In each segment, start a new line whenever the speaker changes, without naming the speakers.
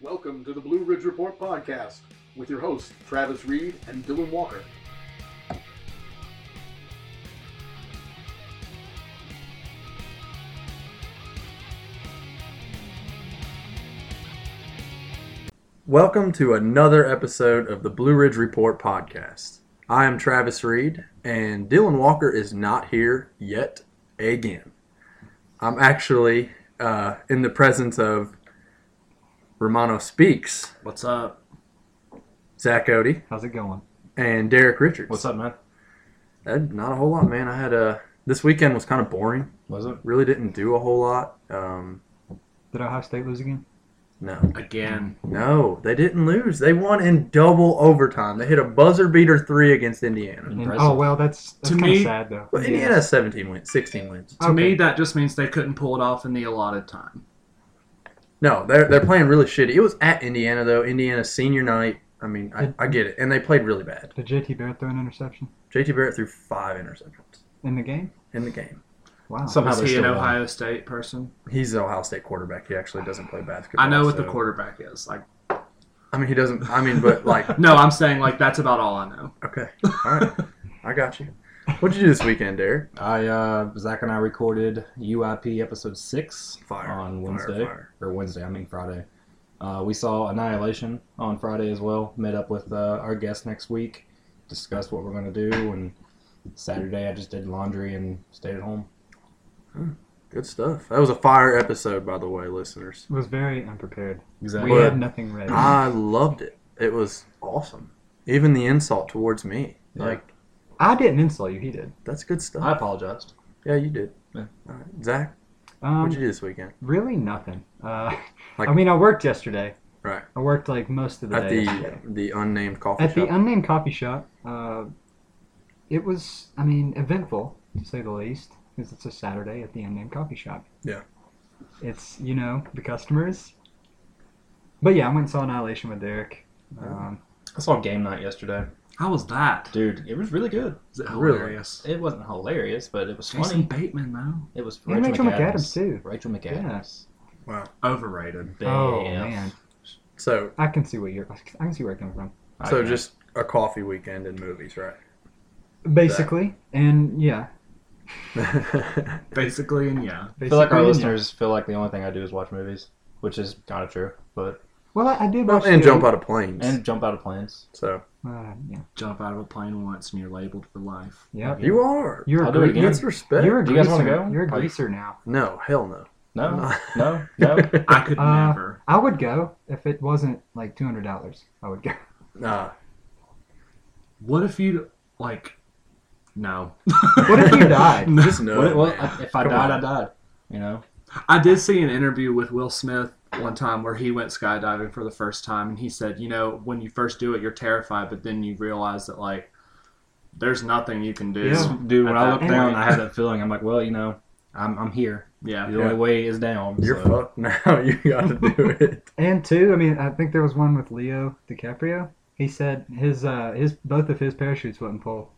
Welcome to the Blue Ridge Report podcast with your hosts, Travis Reed and Dylan Walker.
Welcome to another episode of the Blue Ridge Report podcast. I am Travis Reed, and Dylan Walker is not here yet again. I'm actually uh, in the presence of Romano Speaks,
What's up?
Zach Odie,
How's it going?
and Derek Richards.
What's up, man?
Uh, Not a whole lot, man. I had a this weekend was kind of boring.
Was it?
Really didn't do a whole lot. Um,
Did Ohio State lose again?
no,
Again.
no, they didn't lose. They won in double overtime. They hit a buzzer beater three against Indiana.
And-
Impressive.
oh well, that's that's
To
kind of
me-
sad though.
But Indiana has 17 wins, 16 wins.
To me, that just means they couldn't pull it off in the allotted time.
No, they're they're playing really shitty. It was at Indiana though. Indiana senior night. I mean, I, I get it, and they played really bad.
Did JT Barrett throw an interception
JT Barrett threw five interceptions
in the game?
in the game.
Wow.
Somehow
they
Is he
still
an
won.
Ohio State person?
He's an Ohio State quarterback. He actually doesn't play basketball.
I know what the
so-
quarterback is. Like,
I mean, he doesn't. I mean, but like,
no, I'm saying like that's about all I know.
okay, all right, I got you. What'd you do this weekend, Derek?
I uh, Zach and I recorded UIP episode six
Fire,
on
fire,
Wednesday
fire.
or Wednesday, I mean Friday. Uh, we saw Annihilation on Friday as well. Met up with uh, our guest next week, discussed what we're gonna do, and Saturday I just did laundry and stayed at home.
Good stuff. That was a fire episode, by the way, listeners.
was very unprepared.
Exactly.
We
But-
had nothing ready.
I loved it. It was awesome. Even the insult towards me, like
I didn't insult you. He did.
that's good stuff.
I apologized.
yeah, you did.
Yeah.
All right. Zach,
Um,
what'd you do this weekend?
really nothing. Uh,
Like-
I mean, I worked yesterday.
Right.
I worked like most of the
at
day.
the
yesterday.
the unnamed coffee
Um, at
shop.
the unnamed coffee shop. Uh, it was, I mean, eventful to say the least, because it's a Saturday at the unnamed coffee shop.
Yeah.
It's you know the customers. But yeah, I went and saw Annihilation with Derek. Um,
I saw game night yesterday.
How was that?
Dude, it was really good.
Is it
Really?
hilarious?
It wasn't hilarious, but it was
Jason
funny.
Bateman though,
It was
And Rachel McAdams, too.
Rachel McAdams.
overrated.
oh
Bam.
man,
so
I can see what you're. I can see where it comes from.
I
so
know.
just a coffee weekend and movies, right?
Basically, and yeah,
Basically, and yeah,
I feel like
basically,
our
yeah.
listeners feel like the only thing I do is watch movies, which is kind of true. But
Well, I, I did watch
and
the-
jump out of planes.
and jump out of planes.
so
Uh, yeah,
jump out of a plane once and you're labeled for life.
yep.
you are.
You're a
I'll do it
gre-
again.
That's respect.
You're a
Do you guys wanna
greaser.
go?
You're a
Like-
greaser now.
no, hell no.
No,
No.
no, no.
I could
Uh,
never.
I would go if it wasn't like two hundred dollars. I would go.
Nah.
What if you like? No.
What if you died?
Just no.
What- what-
man.
if I
Come
died,
on.
I died. You know,
I did see an interview with Will Smith one time where he went skydiving for the first time, and he said, you know, when you first do it, you're terrified, but then you realize that like, there's nothing you can do.
Yeah.
dude. When
At
I
that
looked
point-
down, I had that feeling. I'm like, well, you know, I'm I'm here. The
Yeah.
Yeah.
only way is down.
You're
so.
fucked now. You got to do it.
And two, I mean, I think there was one with Leo DiCaprio. He said his uh his both of his parachutes wouldn't pull,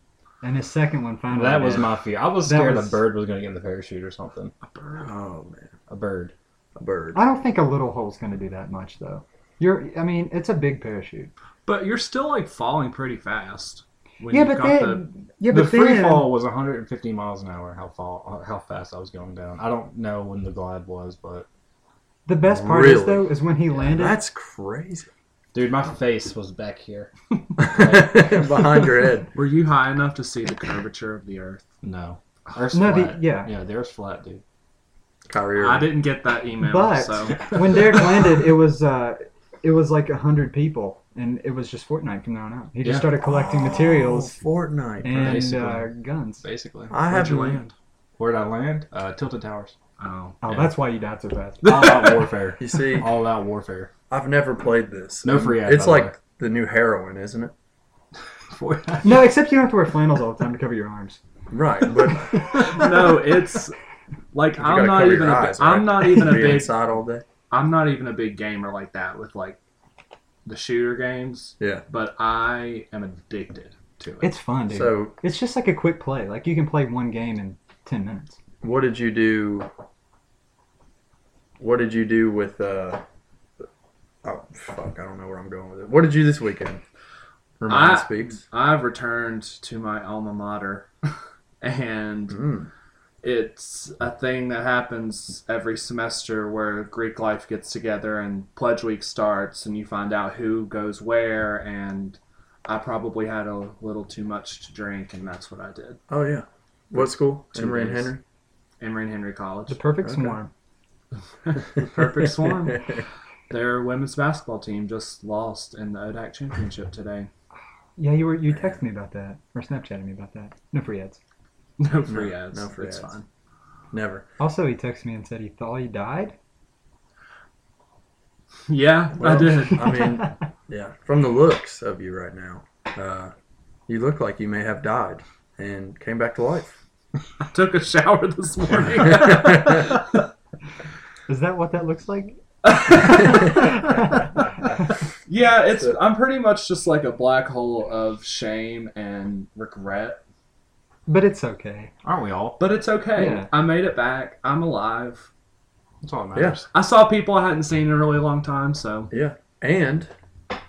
and his second one finally.
That was
did.
my fear. I was
That
scared
was-
a bird was going to get in the parachute or something.
Oh man,
A bird.
a bird.
I don't think a little hole's going to do that much though. You're, I mean, it's a big parachute.
But you're still like falling pretty fast. When
yeah,
you've
but
got
then, yeah,
the
but
free
then,
fall was 150 miles an hour. How fall? How fast I was going down. I don't know when the glide was, but
the best part
Really?
is though is when he landed.
That's crazy.
dude, my face was back here.
Behind your head.
Were you high enough to see the curvature of the Earth?
No, Earth's
No, the-
flat.
yeah.
yeah, the Earth's flat, dude.
Kyrie
I
Irving.
didn't get that email.
But
so
when Derek landed, it was uh, it was like a hundred people, and it was just Fortnite from there on out. He just
Yeah.
started collecting materials
Oh, Fortnite. bro.
and
basically.
uh, guns.
Basically,
I
where'd
have
you land?
where did I land? Uh, Tilted Towers.
Oh,
Oh,
Yeah.
that's why you died so fast.
All out warfare.
You see,
All out warfare.
I've never played this.
Oh. No free ad, by
It's
the
like
way.
the new heroin, isn't it?
No, except you don't have to wear flannels all the time to cover your arms.
Right, but
no, it's like
gotta
I'm not
cover
even. A,
your
bi-
eyes, right?
I'm not even a
be
big.
inside all day.
I'm not even a big gamer like that with like the shooter games.
Yeah.
but I am addicted to it.
It's fun, dude.
So,
it's just like a quick play. Like you can play one game in ten minutes.
what did you do? What did you do with? Uh, Oh fuck! I don't know where I'm going with it. What did you this weekend? Remind
I-
speaks.
I've returned to my alma mater, and
Mm.
it's a thing that happens every semester where Greek life gets together and Pledge Week starts, and you find out who goes where. And I probably had a little too much to drink, and that's what I did.
Oh yeah. What school?
Two
Emory and
days.
Henry.
Emory and Henry College,
The perfect
Okay.
swarm.
perfect swarm. Their women's basketball team just lost in the ODAC championship today.
Yeah, you were you texted me about that or Snapchatted me about that. No free ads.
No free ads.
no free
it's
ads.
fine.
Never.
Also, he texted me and said he thought he died.
Yeah, I
Well,
did.
I mean, yeah. From the looks of you right now, uh, you look like you may have died and came back to life.
I took a shower this morning.
Is that what that looks like?
yeah, it's
So-
I'm pretty much just like a black hole of shame and regret,
But it's okay.
Aren't we all?
but it's okay.
Yeah.
I made it back. I'm alive.
That's all that matters.
I saw people I hadn't seen in a really long time, so
Yeah. And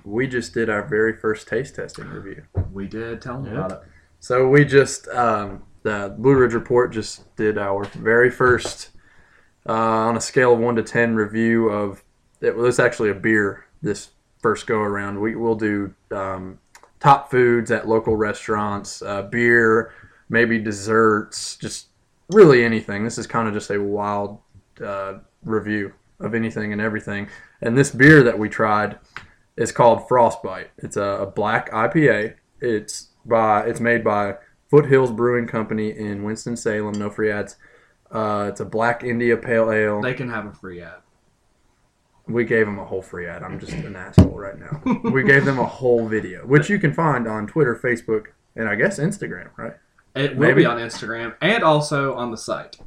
we just did our very first taste testing review.
we did tell them
Yeah.
about it.
So we just um, the Blue Ridge Report just did our very first uh, on a scale of one to ten review of it was actually a beer this first go around. We will do um, top foods at local restaurants, uh, beer, maybe desserts, just really anything. This is kind of just a wild uh, review of anything and everything. And this beer that we tried is called Frostbite. It's a, a black IPA. It's by it's made by Foothills Brewing Company in Winston Salem. No free ads. Uh, it's a black India Pale Ale.
They can have a free ad.
We gave them a whole free ad. I'm just an asshole right now. We gave them a whole video, which you can find on Twitter, Facebook, and I guess Instagram, right?
It will
Maybe.
be on Instagram and also on the site.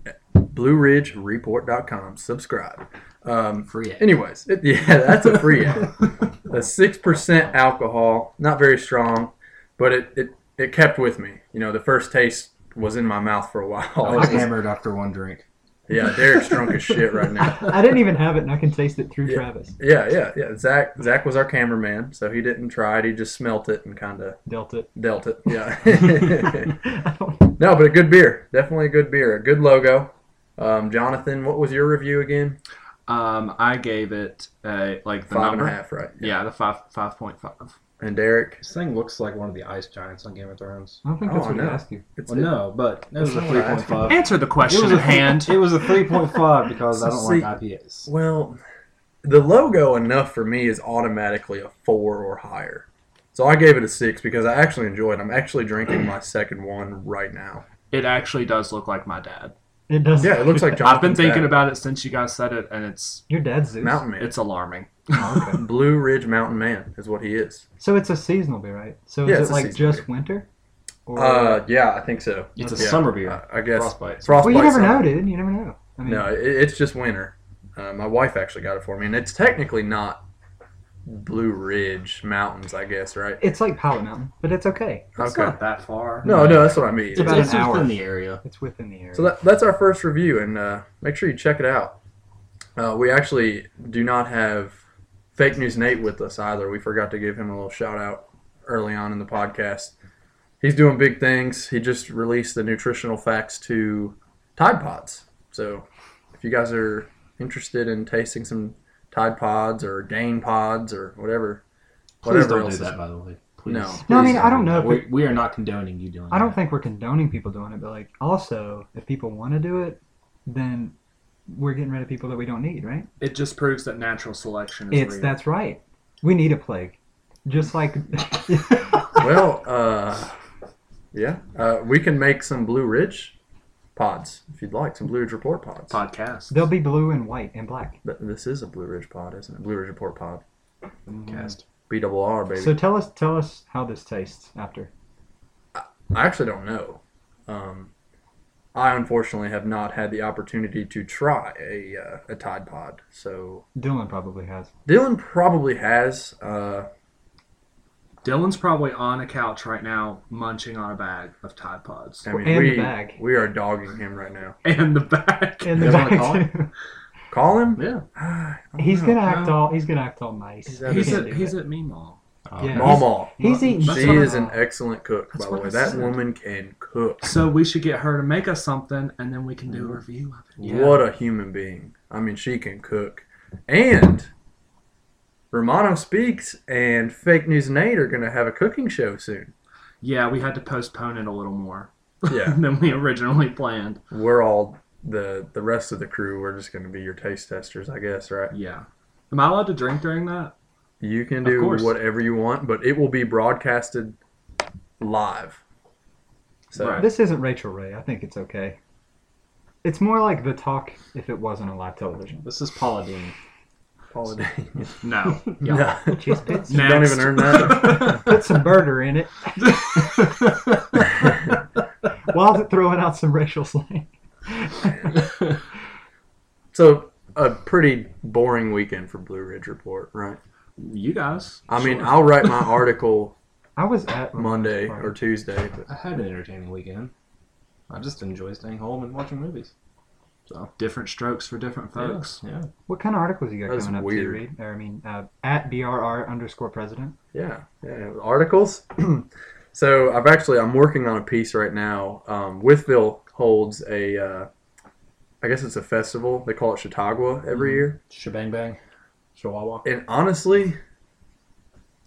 BlueRidgeReport.com. Subscribe. Um,
Free ad.
anyways, it, yeah, that's a free ad. A six percent alcohol, not very strong, but it, it it kept with me. You know, the first taste was in my mouth for a while.
I was
It was-
hammered after one drink.
yeah, Derek's drunk as shit right now.
I didn't even have it, and I can taste it through
Yeah.
Travis.
Yeah, yeah, yeah. Zach Zach was our cameraman, so he didn't try it. He just smelt it and kind of
Dealt it.
dealt it. Yeah.
I don't-
no, but a good beer. Definitely a good beer. A good logo. Um, Jonathan, what was your review again?
Um, I gave it a, like the
Five and
number.
a half, right?
Yeah, the five five point five.
And Derek,
This thing looks like one of the ice giants on Game of Thrones.
I don't think
Oh,
that's what
no.
he asked you.
it's
Well, no, but it was a
That's not what I
3.5.
Answer the question
was
at
a-
hand.
It was a 3.5 because I don't
See-
like IPAs.
Well, the logo enough for me is automatically a four or higher. So I gave it a six because I actually enjoyed. it. I'm actually drinking my second one right now.
It actually does look like my dad.
It does.
Yeah, it looks like Jonathan's
I've been thinking
dad.
about it since you guys said it, and it's
your dad's Zeus.
Mountain Man.
it's alarming.
Blue Ridge Mountain Man is what he is.
So it's a seasonal beer, right? So
Yeah,
is
it's
it
a
like
seasonal
just winter? Or
Uh, yeah, I think so.
It's a
Yeah.
summer beer.
I, I guess
Frostbite.
well, you never
summer.
know, dude. You never know. I mean,
No, it, it's just winter. Uh, my wife actually got it for me, and it's technically not Blue Ridge Mountains, I guess, right?
it's like Pilot Mountain, but it's okay.
It's
okay.
not that far.
No, no, that's what I mean.
It's about an hour.
within the area.
It's within the area.
So that, that's our first review, and uh, make sure you check it out. Uh, we actually do not have Fake News Nate with us either. We forgot to give him a little shout out early on in the podcast. He's doing big things. He just released the nutritional facts to Tide Pods. So if you guys are interested in tasting some Tide Pods or Gain Pods or whatever,
Please
whatever
don't
else
do
is-
that, by the way. Please.
No.
Please
No, I mean, I don't know if
We, we are not condoning you doing
I don't
that.
think we're condoning people doing it, but like also, if people want to do it, then we're getting rid of people that we don't need, right?
It just proves that natural selection is
It's
real.
that's right. We need a plague, just like
well, uh, yeah, uh, we can make some Blue Ridge pods if you'd like, some Blue Ridge Report pods.
podcast.
they'll be blue and white and black.
Th- This is a Blue Ridge pod, isn't it? Blue Ridge Report pod.
Cast.
B double R, baby.
So tell us, tell us how this tastes after.
I actually don't know. Um, I unfortunately have not had the opportunity to try a, uh, a Tide Pod. So
Dylan probably has.
Dylan probably has. Uh,
Dylan's probably on a couch right now, munching on a bag of Tide Pods
I mean,
And the
we,
bag.
we are dogging him right now.
and the bag.
In the
You guys wanna
back
call
too.
Call him.
Yeah.
Ah, I don't
He's
know.
gonna act all. He's gonna act all nice.
He's at-
He
He's
can
at
do
he's
it.
at Meemaw.
Uh,
Yeah.
Mom-
Mama.
He's eating.
That's
She
what I-
is an excellent cook, by
That's
the
what
way.
I
That
said.
woman can cook.
So we should get her to make us something, and then we can do a review of it.
What a human being. I mean, she can cook. And Romano Speaks and Fake News Nate are going to have a cooking show soon.
Yeah, we had to postpone it a little more
Yeah.
than we originally planned.
We're all, the, the rest of the crew, we're just going to be your taste testers, I guess, right?
Yeah. Am I allowed to drink during that?
You can
Of
do
course.
whatever you want, but it will be broadcasted live. So,
Right.
This isn't Rachel Ray. I think it's okay. It's more like the talk if it wasn't on live television.
This is Paula Dean.
Paula Deen.
No.
No.
Jeez, put,
You don't even earn that.
put some murder in it. While throwing out some racial slang.
so, a pretty boring weekend for Blue Ridge Report, right?
you guys.
I mean,
Sure.
I'll write my article
I was at
Monday
Right.
or Tuesday. But
I had an entertaining weekend. I just enjoy staying home and watching movies.
different strokes for different folks.
Yeah.
What kind of articles you got
That's
coming
weird.
up, to Reed? Or, I mean, uh, at brr underscore president.
yeah, yeah. articles. so I've actually I'm working on a piece right now. Um, Withville holds a, uh, I guess it's a festival. They call it Chautauqua every year.
Shebang bang. Chihuahua.
And honestly,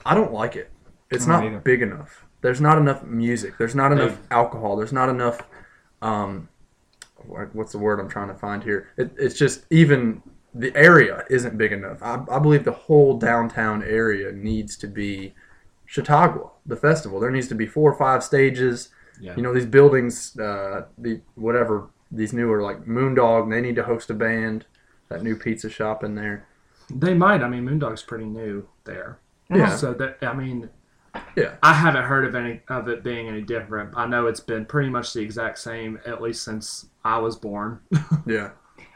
I don't like it. It's
I don't
not
either.
big enough. There's not enough music. There's not enough
They-
alcohol. There's not enough. Um, what- what's the word I'm trying to find here? It, it's just even the area isn't big enough. I, I believe the whole downtown area needs to be Chautauqua, the festival. There needs to be four or five stages.
Yeah.
You know these buildings, uh, the whatever these newer like Moondog. They need to host a band. That new pizza shop in there.
They might. I mean, Moondog's pretty new there.
Yeah.
So that I mean,
Yeah.
I haven't heard of any of it being any different. I know it's been pretty much the exact same at least since I was born.
Yeah.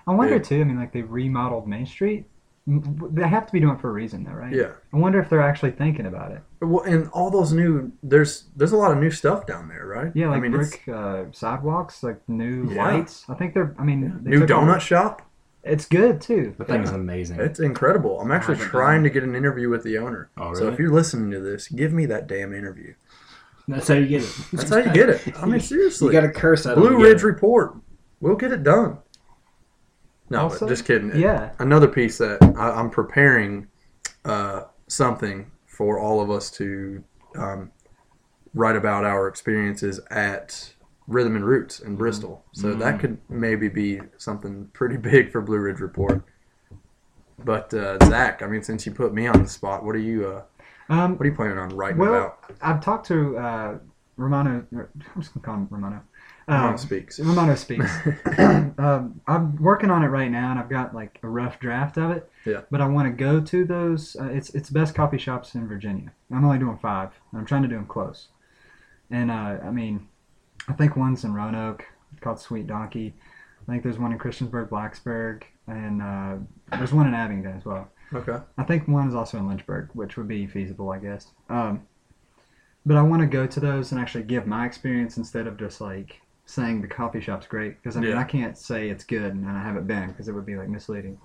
I wonder,
Yeah.
too, I mean, like, they remodeled Main Street. M- They have to be doing it for a reason, though, right?
Yeah.
I wonder if they're actually thinking about it.
Well, and all those new there's there's a lot of new stuff down there, right?
Yeah, like
I mean, it's
brick uh, sidewalks, like new
Yeah.
lights. I think they're. I mean, they
new
took
donut
over-
shop.
It's good too.
The thing is amazing.
It's incredible. I'm actually
haven't
trying to get an interview with the owner.
Oh,
So
really?
if you're listening to this, give me that damn interview.
That's how you get it.
That's how you get it. I mean, seriously,
You got to curse at
Blue Ridge Report. We'll get it done. No,
Also-
but just kidding.
yeah.
Another piece that I, I'm preparing uh, something for all of us to um, write about our experiences at Rhythm and Roots in Bristol. So that could maybe be something pretty big for Blue Ridge Report. But uh, Zach, I mean, since you put me on the spot, what are you uh,
Um,
what are you planning on writing
Well,
about?
I've talked to uh, Romano. I'm just gonna call him Romano.
Come
Uh,
on, speaks.
Romano speaks. um, I'm working on it right now, and I've got like a rough draft of it.
Yeah.
But I want to go to those. Uh, it's it's best coffee shops in Virginia. I'm only doing five, and I'm trying to do them close. And uh, I mean, I think one's in Roanoke called Sweet Donkey. I think there's one in Christiansburg, Blacksburg, and uh, there's one in Abingdon as well.
Okay.
I think one is also in Lynchburg, which would be feasible, I guess. Um, but I want to go to those and actually give my experience instead of just like saying the coffee shop's great because I mean
Yeah.
I can't say it's good and I haven't been because it would be like misleading.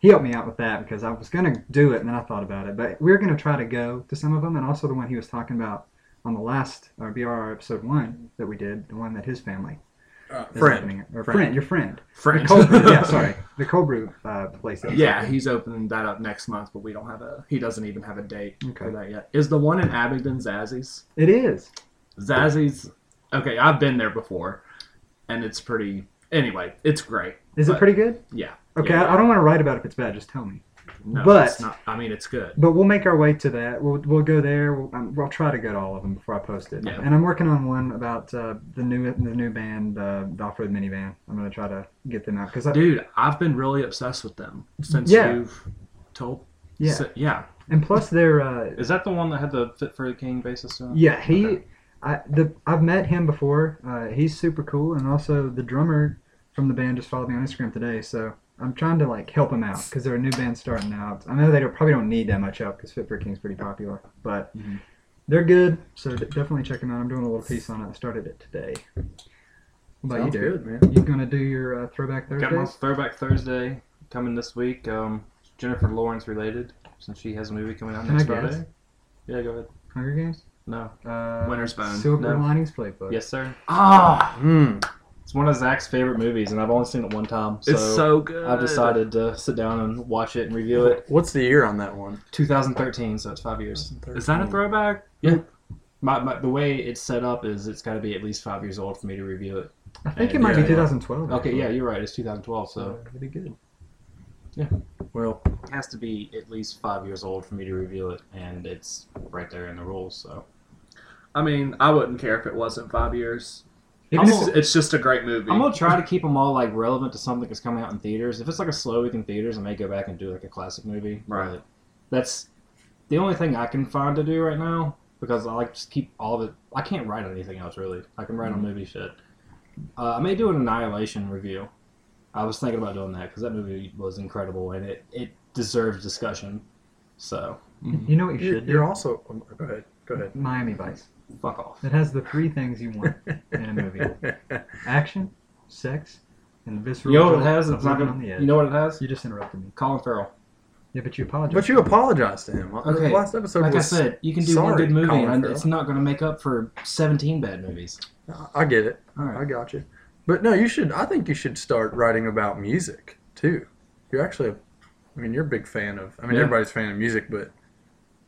He helped me out with that because I was gonna do it and then I thought about it, but we are gonna try to go to some of them and also the one he was talking about on the last uh, or BRR episode one that we did, the one that his family
Uh,
is
friend.
opening, or
Friend.
friend. your friend,
Friend.
cold brew, yeah, sorry, the cold brew uh, place. that he's
Yeah, he's opening that up next month, but we don't have a. He doesn't even have a date for
Okay.
that yet. Is the one in Abingdon Zazzy's?
it is.
Zazzy's. Okay, I've been there before, and it's pretty. Anyway, it's great.
Is it
But-
pretty good?
Yeah.
Okay,
Yeah,
I- I don't want to write about it if it's bad. Just tell me.
No,
but-
it's not, I mean, it's good.
But we'll make our way to that. We'll, we'll go there. We'll, um, we'll try to go to all of them before I post it.
Yeah.
And I'm working on one about uh, the new the new band, uh, the Off Road Minivan. I'm gonna try to get them out because
Dude, I've been really obsessed with them since
Yeah.
you've told.
yeah.
so- yeah.
and plus they're uh,
Is that the one that had the Fit for the King bassist in it?
yeah he.
Okay.
I, the, I've met him before. Uh, he's super cool, and also the drummer from the band just followed me on Instagram today. So I'm trying to like help him out because they're a new band starting out. I know they don't, probably don't need that much help because Fit for a King's pretty popular, but
Mhm.
they're good. So d- definitely check them out. I'm doing a little piece on it. I started it today. What about
Sounds
you, Derek?
good, man.
You gonna do your uh, throwback
Got my
Thursdays?
Throwback Thursday. coming this week. Um, Jennifer Lawrence related, since she has a movie coming out
Can I
next
guess?
Friday. Yeah, go ahead.
Hunger Games.
No.
Uh,
Winter's Bone.
Silver
No.
Linings Playbook.
Yes, sir. Ah,
Hmm.
it's one of Zach's favorite movies, and I've only seen it one time. So
it's so good.
I've decided to sit down and watch it and review it.
What's the year on that one? Hmm.
2013, so it's five years.
Is that a throwback?
My, my the way it's set up is it's got to be at least five years old for me to review it.
I think
Yeah,
it might
yeah.
be 2012.
Okay,
actually.
yeah, you're right. It's 2012, so
Pretty good.
Yeah.
Well,
it has to be at least five years old for me to review it, and it's right there in the rules. So
I mean, I wouldn't care if it wasn't five years.
Even
I'm
if,
a-
It's, it's just a great movie.
I'm gonna try to keep them all like relevant to something that's coming out in theaters. If it's like a slow week in theaters, I may go back and do like a classic movie.
Right.
But That's the only thing I can find to do right now because I like just keep all of it. I can't write on anything else really. I can write on movie shit. Uh, I may do an Annihilation review. I was thinking about doing that because that movie was incredible and it it deserves discussion. So
you know what you
you're,
should do?
you're also. oh, Go ahead. Go ahead.
Miami Vice.
fuck off.
It has the three things you want in a movie: action, sex, and the
You
visceral.
know what it
jolt
has?
of
It's not
living
gonna,
on the edge.
you know what it has?
You just interrupted me.
Colin Farrell.
Yeah, but you apologize.
but you apologized to him.
Okay,
The last episode
Like I
was.
said, you can do one
sorry,
good movie,
Colin
and
Farrell.
it's not going to make up for 17 bad movies.
I get it.
All
I
right.
got you. But no, you should. I think you should start writing about music too. You're actually, a, I mean, you're a big fan of. I mean,
Yeah.
everybody's a fan of music, but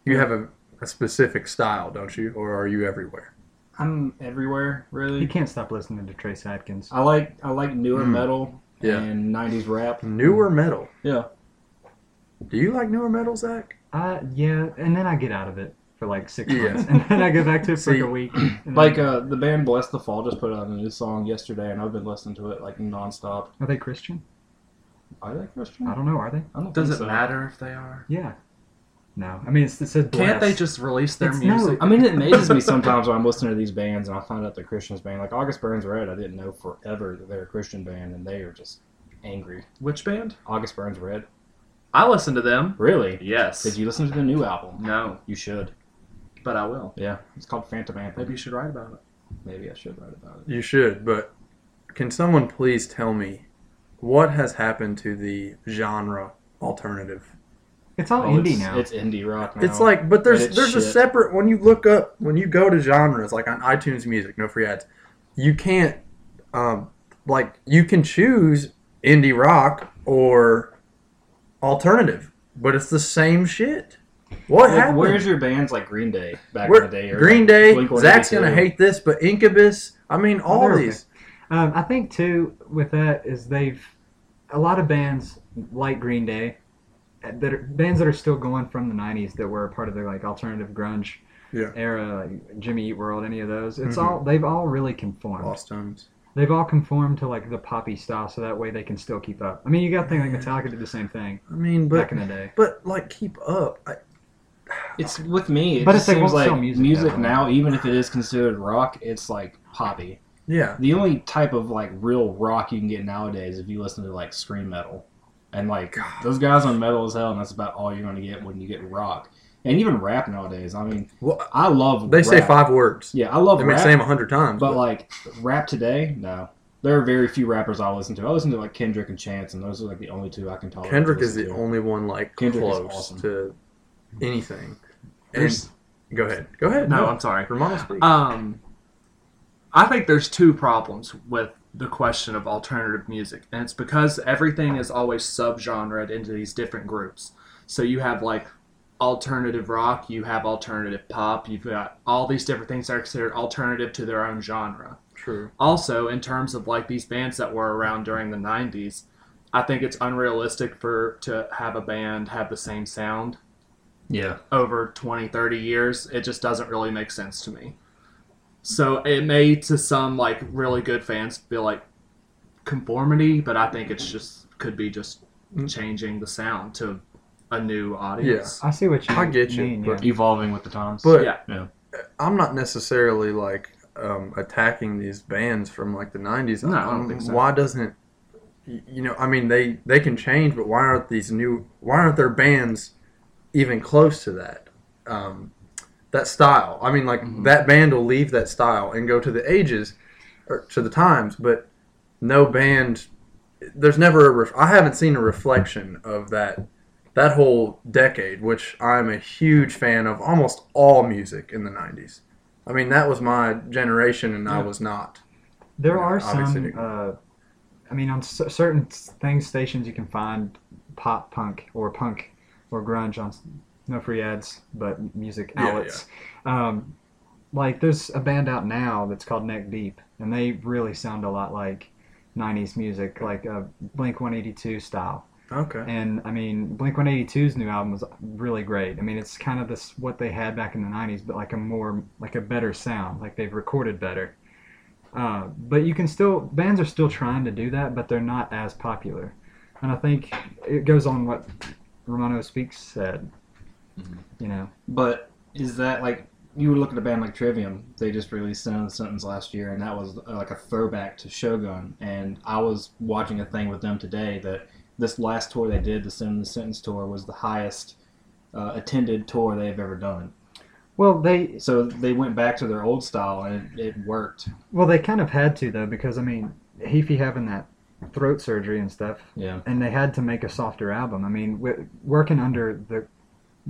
you have a, a specific style, don't you? Or are you everywhere?
I'm everywhere,
You
really.
can't stop listening to Trace Adkins.
I like I like newer
Mm.
metal
Yeah. Mm.
and 90s rap.
Newer metal.
Yeah.
Do you like newer metal, Zach?
Uh, yeah, and then I get out of it for like six
Yeah.
months, and then I go back to it for
See,
like a week. and then-
Like uh, the band Bless the Fall just put out a new song yesterday, and I've been listening to it like nonstop.
are they Christian?
Are they Christian?
I don't know. Are they?
I don't
Does
think
it
so.
matter if they are?
Yeah. No, I mean it's, it says
Can't they
blessed.
just release their
It's no-
music?
I mean, it amazes me sometimes when I'm listening to these bands and I find out they're Christian band. Like August Burns Red, I didn't know forever that they're a Christian band, and they are just angry.
Which band?
August Burns Red.
I listen to them.
Really?
Yes.
Did you listen to the new album?
No,
You should.
but I will.
Yeah, it's called Phantom
Maybe
Anthem.
you should write about it.
Maybe I should write about it.
You should. But can someone please tell me what has happened to the genre alternative?
It's all
Oh,
indie
it's,
now.
it's indie rock now.
It's like, but there's
And it's
there's a
shit.
separate when you look up when you go to genres like on iTunes Music, no free ads. You can't, um, like you can choose indie rock or alternative, but it's the same shit. What
Like,
happened?
where's your bands like Green Day back
Where-
in the day? or
Green
like
Day.
Blink-182?
Zach's gonna hate this, but Incubus. I mean, all
They're
these.
Um, I think too with that is they've a lot of bands like Green Day uh, that are bands that are still going from the '90s that were a part of their like alternative grunge
Yeah.
era, like Jimmy Eat World, any of those. It's
Mhm.
all they've all really conformed.
Lost Tones.
They've all conformed to like the poppy style, so that way they can still keep up. I mean, you got to think like Metallica did the same thing
I mean,
back
but
in the day.
but like keep up. I,
It's with me. It
But it's
just
like,
seems
won't
like
sell
music,
music that way.
now, even if it is considered rock, it's like poppy.
yeah.
The only type of like real rock you can get nowadays, if you listen to like scream metal, and like
God.
those guys are metal as hell, and that's about all you're gonna get when you get rock. And even rap nowadays. I mean,
Well,
I love.
they say
rap.
five words.
Yeah, I love
They may
rap.
say them a hundred times,
But like rap today, no. There are very few rappers I listen to. I listen to like Kendrick and Chance, and those are like the only two I can
Oh,
tolerate. to
Kendrick is
listen
the
to.
only one like
Kendrick is
close
awesome.
to anything. And
There's-
go ahead, go ahead.
no, I'm sorry.
Romano speak.
Um, I think there's two problems with the question of alternative music, and it's because everything is always subgenred into these different groups. So you have like alternative rock, you have alternative pop, you've got all these different things that are considered alternative to their own genre.
True.
Also, in terms of like these bands that were around during the '90s, I think it's unrealistic for to have a band have the same sound
yeah.
over 20 30 years it just doesn't really make sense to me so it may to some like really good fans feel like conformity but i think it's just could be just
Mm.
changing the sound to a new audience
I see what you
I get you,
mean.
but-
yeah.
Evolving with the times.
But
Yeah.
Yeah.
I'm not necessarily like um, attacking these bands from like the '90s.
No, I don't
I'm-
think so.
Why doesn't y- you know? I mean, they they can change, but why aren't these new? Why aren't their bands even close to that? Um, that style. I mean, like
Mhm.
that band will leave that style and go to the ages or to the times, but no band there's never a ref- I haven't seen a reflection of that that whole decade, which I'm a huge fan of almost all music in the 90s. I mean, that was my generation and I
Yeah.
was not.
There
Yeah,
are
obviously.
some. Uh, I mean, on cer- certain s- things, stations you can find pop punk or punk or grunge on. s- No free ads, but music
Yeah, yeah.
outlets. Um, like there's a band out now that's called Neck Deep, and they really sound a lot like '90s music, like uh, Blink 182 style.
Okay.
And I mean, Blink 182's new album was really great. I mean, it's kind of this what they had back in the 90s, but like a more like a better sound, like they've recorded better. Uh, but you can still bands are still trying to do that, but they're not as popular. And I think it goes on what Romano Speaks said. You know,
But is that like you would look at a band like Trivium? They just released Sin of the Sentence last year, and that was uh, like a throwback to Shogun. And I was watching a thing with them today that this last tour they did, the Sin of the Sentence tour, was the highest uh, attended tour they've ever done.
well they
So they went back to their old style, and it, it worked.
well they kind of had to though because I mean Heafy having that throat surgery and stuff
Yeah,
and they had to make a softer album. I mean, wi- working under the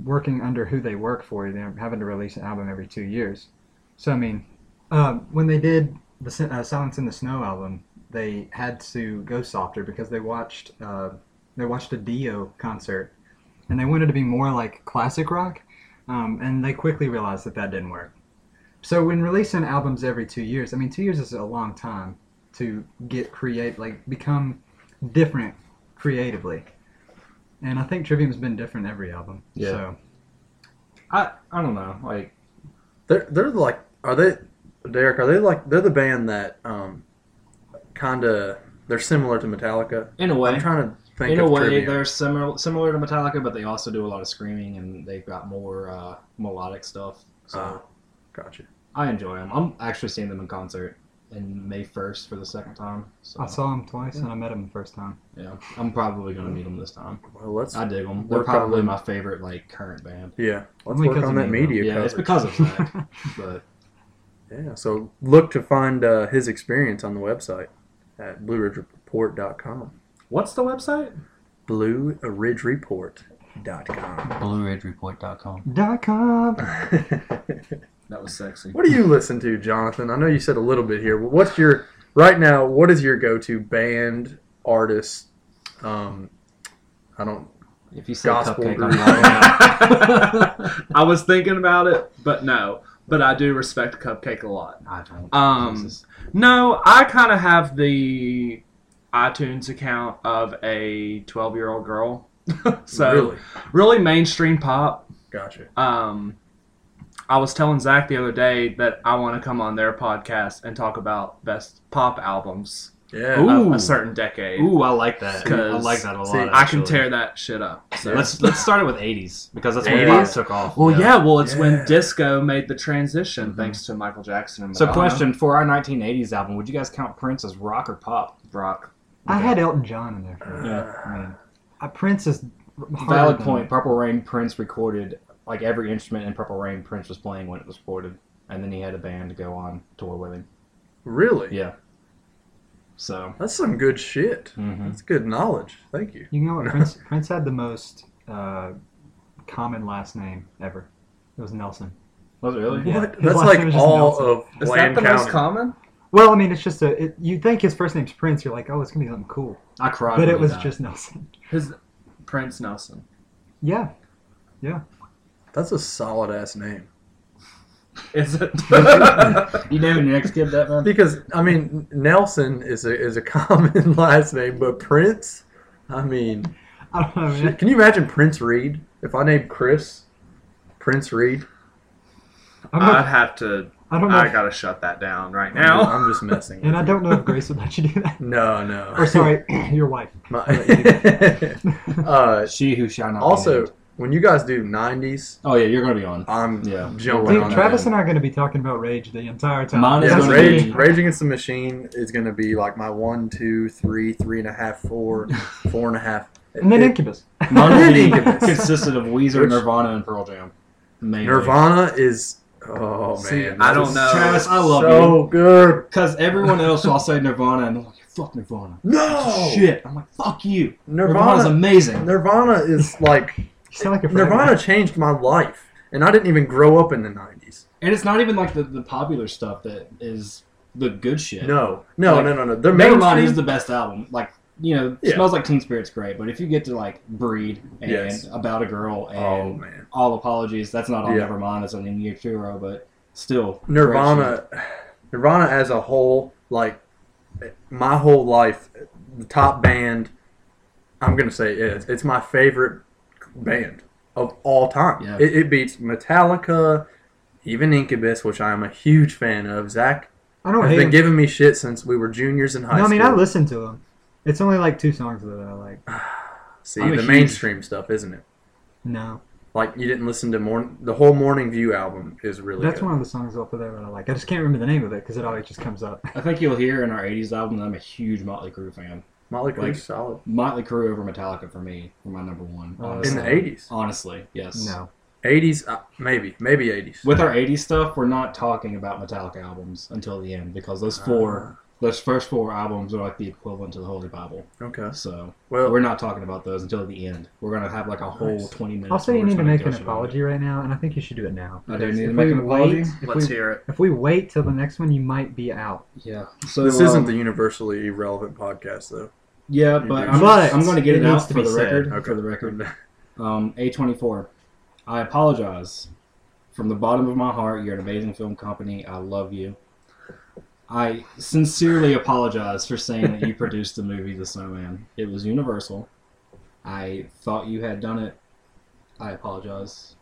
working under who they work for, they're having to release an album every two years. So I mean, um, when they did the Sin- uh, Silence in the Snow album, they had to go softer because they watched uh, they watched a Dio concert, and they wanted to be more like classic rock, um, and they quickly realized that that didn't work. So when releasing albums every two years, I mean, two years is a long time to get create like become different creatively. And I think Trivium's been different every album.
Yeah.
So
I I don't know. Like
They're, they're like, are they, Derek, are they like, they're the band that um, kind of, they're similar to Metallica.
in a way,
I'm trying to think
in a
of
way
trivia.
they're similar similar to Metallica, but they also do a lot of screaming, and they've got more uh, melodic stuff. So.
Ah, gotcha.
I enjoy them. I'm actually seeing them in concert in May 1st for the second time. So
I saw him twice and I met him the first time.
yeah, I'm probably gonna meet them this time.
Well, let's,
I dig them.
We're
They're
probably-
probably my favorite like current band.
yeah, let's
Only
work
'cause
on
of
that
me, though.
media
yeah, it's
coverage.
because of that. but
Yeah, so look to find uh, his experience on the website at blueridgereport.com.
What's the website?
blueridgereport.com.
BlueRidgeReport.com.
Dot com.
That was sexy.
what do you listen to, Jonathan? I know you said a little bit here, but what's your right now? What is your go-to band artist? Um, I don't.
If you say
Gospel
cupcake,
group.
I'm like,
I was thinking about it, but no. But I do respect Cupcake a lot.
I don't.
Um,
Jesus.
No, I kind of have the iTunes account of a 12 year old girl. so, really?
really,
mainstream pop.
gotcha.
Um, I was telling Zach the other day that I want to come on their podcast and talk about best pop albums
Yeah,
Ooh.
of a certain decade.
Ooh, I like that. I
'Cause-
like that a lot.
see,
I can
actually.
tear that shit up. So.
Let's let's start it with 80s because that's when pop
80s?
took off.
well, yeah. Mm-hmm. well, it's
Yeah.
when disco made the transition
Mhm.
thanks to Michael Jackson and
So,
Uh-huh.
Madonna.
question for our 1980s album: Would you guys count Prince as rock or pop?
Rock.
I had Elton John in there. For
Yeah.
I mean, uh, Prince is harder
Valid
than-
point. Purple Rain Prince recorded like every instrument in Purple Rain Prince was playing when it was recorded, and then he had a band to go on tour with him.
really.
Yeah. So.
That's some good shit.
Mm-hmm.
hmm
That's good knowledge. Thank you.
You know what? Prince Prince had the most uh, common last name ever. It was Nelson.
Was it really?
Yeah.
What?
His
That's
last name
like
is just
all
Nelson.
of
Is
Wayne
that the most
County.
common?
Well, I mean, it's just a. It, you think his first name's Prince, you're like, oh, it's gonna be something cool,
I cried.
but
when
it
he
was
died.
just Nelson.
His Prince Nelson.
Yeah,
That's a solid ass name.
Is it?
You naming your next kid that man?
Because I mean, Nelson is a is a common last name, but Prince, I mean,
I don't know. Man.
shit, can you imagine Prince Reed? If I named Chris Prince Reed,
I'm
I'd
Uh,
not,
have to.
I don't know.
I
if-
gotta shut that down right
I'm just,
now.
I'm just messing.
and I
with you.
don't know if Grace would let you do that.
No, no.
Or sorry, your wife.
My- uh,
She who shall not. be
also,
named.
when you guys do '90s,
Oh yeah, you're gonna be on.
I'm
Yeah.
jumping
Dude,
Well,
on
Travis
then.
and I are going to be talking about Rage the entire time.
Mine is
Yeah,
It's gonna
Rage,
be-
Rage Against the Machine is going to be like my one, two, three, three and a half, four, four and a half.
and then Incubus.
Mine
Really?
consisted of Weezer,
Which-
Nirvana, and Pearl Jam. Mainly.
Nirvana is. Oh man,
See, I don't know.
Travis, I love you.
so good.
Because everyone else, I'll say Nirvana, and I'm like, fuck Nirvana.
No
Shit. I'm like, fuck you. Nirvana's
Nirvana.
amazing.
Nirvana is like
You sound like a friend.
Nirvana changed my life, and I didn't even grow up in the '90s.
And it's not even like the, the popular stuff that is the good shit.
No, no,
Like,
no, no, no. Their
Nevermind
mainstream-
is the best album. Like, you know,
Yeah.
Smells Like Teen Spirit's great, but if you get to like Breed and
Yes.
About a Girl and
oh man,
All Apologies, that's not on
Yeah.
Nevermind, that's on In Year Zero, but still. great shit.
Nirvana, Nirvana as a whole, like my whole life, the top band. I'm gonna say is it's my favorite band of all time.
Yeah.
It, it beats Metallica, even Incubus, which I am a huge fan of. Zach
I
Oh,
don't
has
hate
been
him.
giving me shit since we were juniors in high
no, I
school.
mean I listen to him. It's only like two songs that I like.
See
I'm a
the
huge-
mainstream stuff, isn't it?
No,
Like you didn't listen to morning. The whole Morning View album is really
that's
good.
one of the songs up there that I like. I just can't remember the name of it because it always just comes up.
I think you'll hear in our 80s album that I'm a huge Motley Crue fan.
Motley Crue's
like-
solid
Motley Crue over Metallica for me, for my number one.
Oh,
Honestly.
in the '80s.
Honestly, yes.
No,
80s, uh, maybe, maybe 80s.
With our 80s stuff, we're not talking about Metallica albums until the end because
Uh,
those four, those first four albums are like the equivalent to the Holy Bible.
Uh, Okay.
So
Well,
we're not talking about those until the end. We're gonna have like a whole
Nice.
20 minutes.
also
where
you
we're
need to
trying
make an
gush about
apology right now, and I think you should do it now.
I Oh, do
because
need to
if
make
we
an apology?
wait- If
Let's
we,
hear it.
if we wait till the next one, you might be out.
it. Yeah. So
this isn't
um,
the universally irrelevant podcast, though.
Yeah, but I'm,
But
I'm going to get
it
it,
needs
out
to
for
be
the
said.
record.
Okay.
For the record, um, A24. I apologize from the bottom of my heart. You're an amazing film company. I love you. I sincerely apologize for saying that you produced the movie The Snowman. It was Universal. I thought you had done it. I apologize.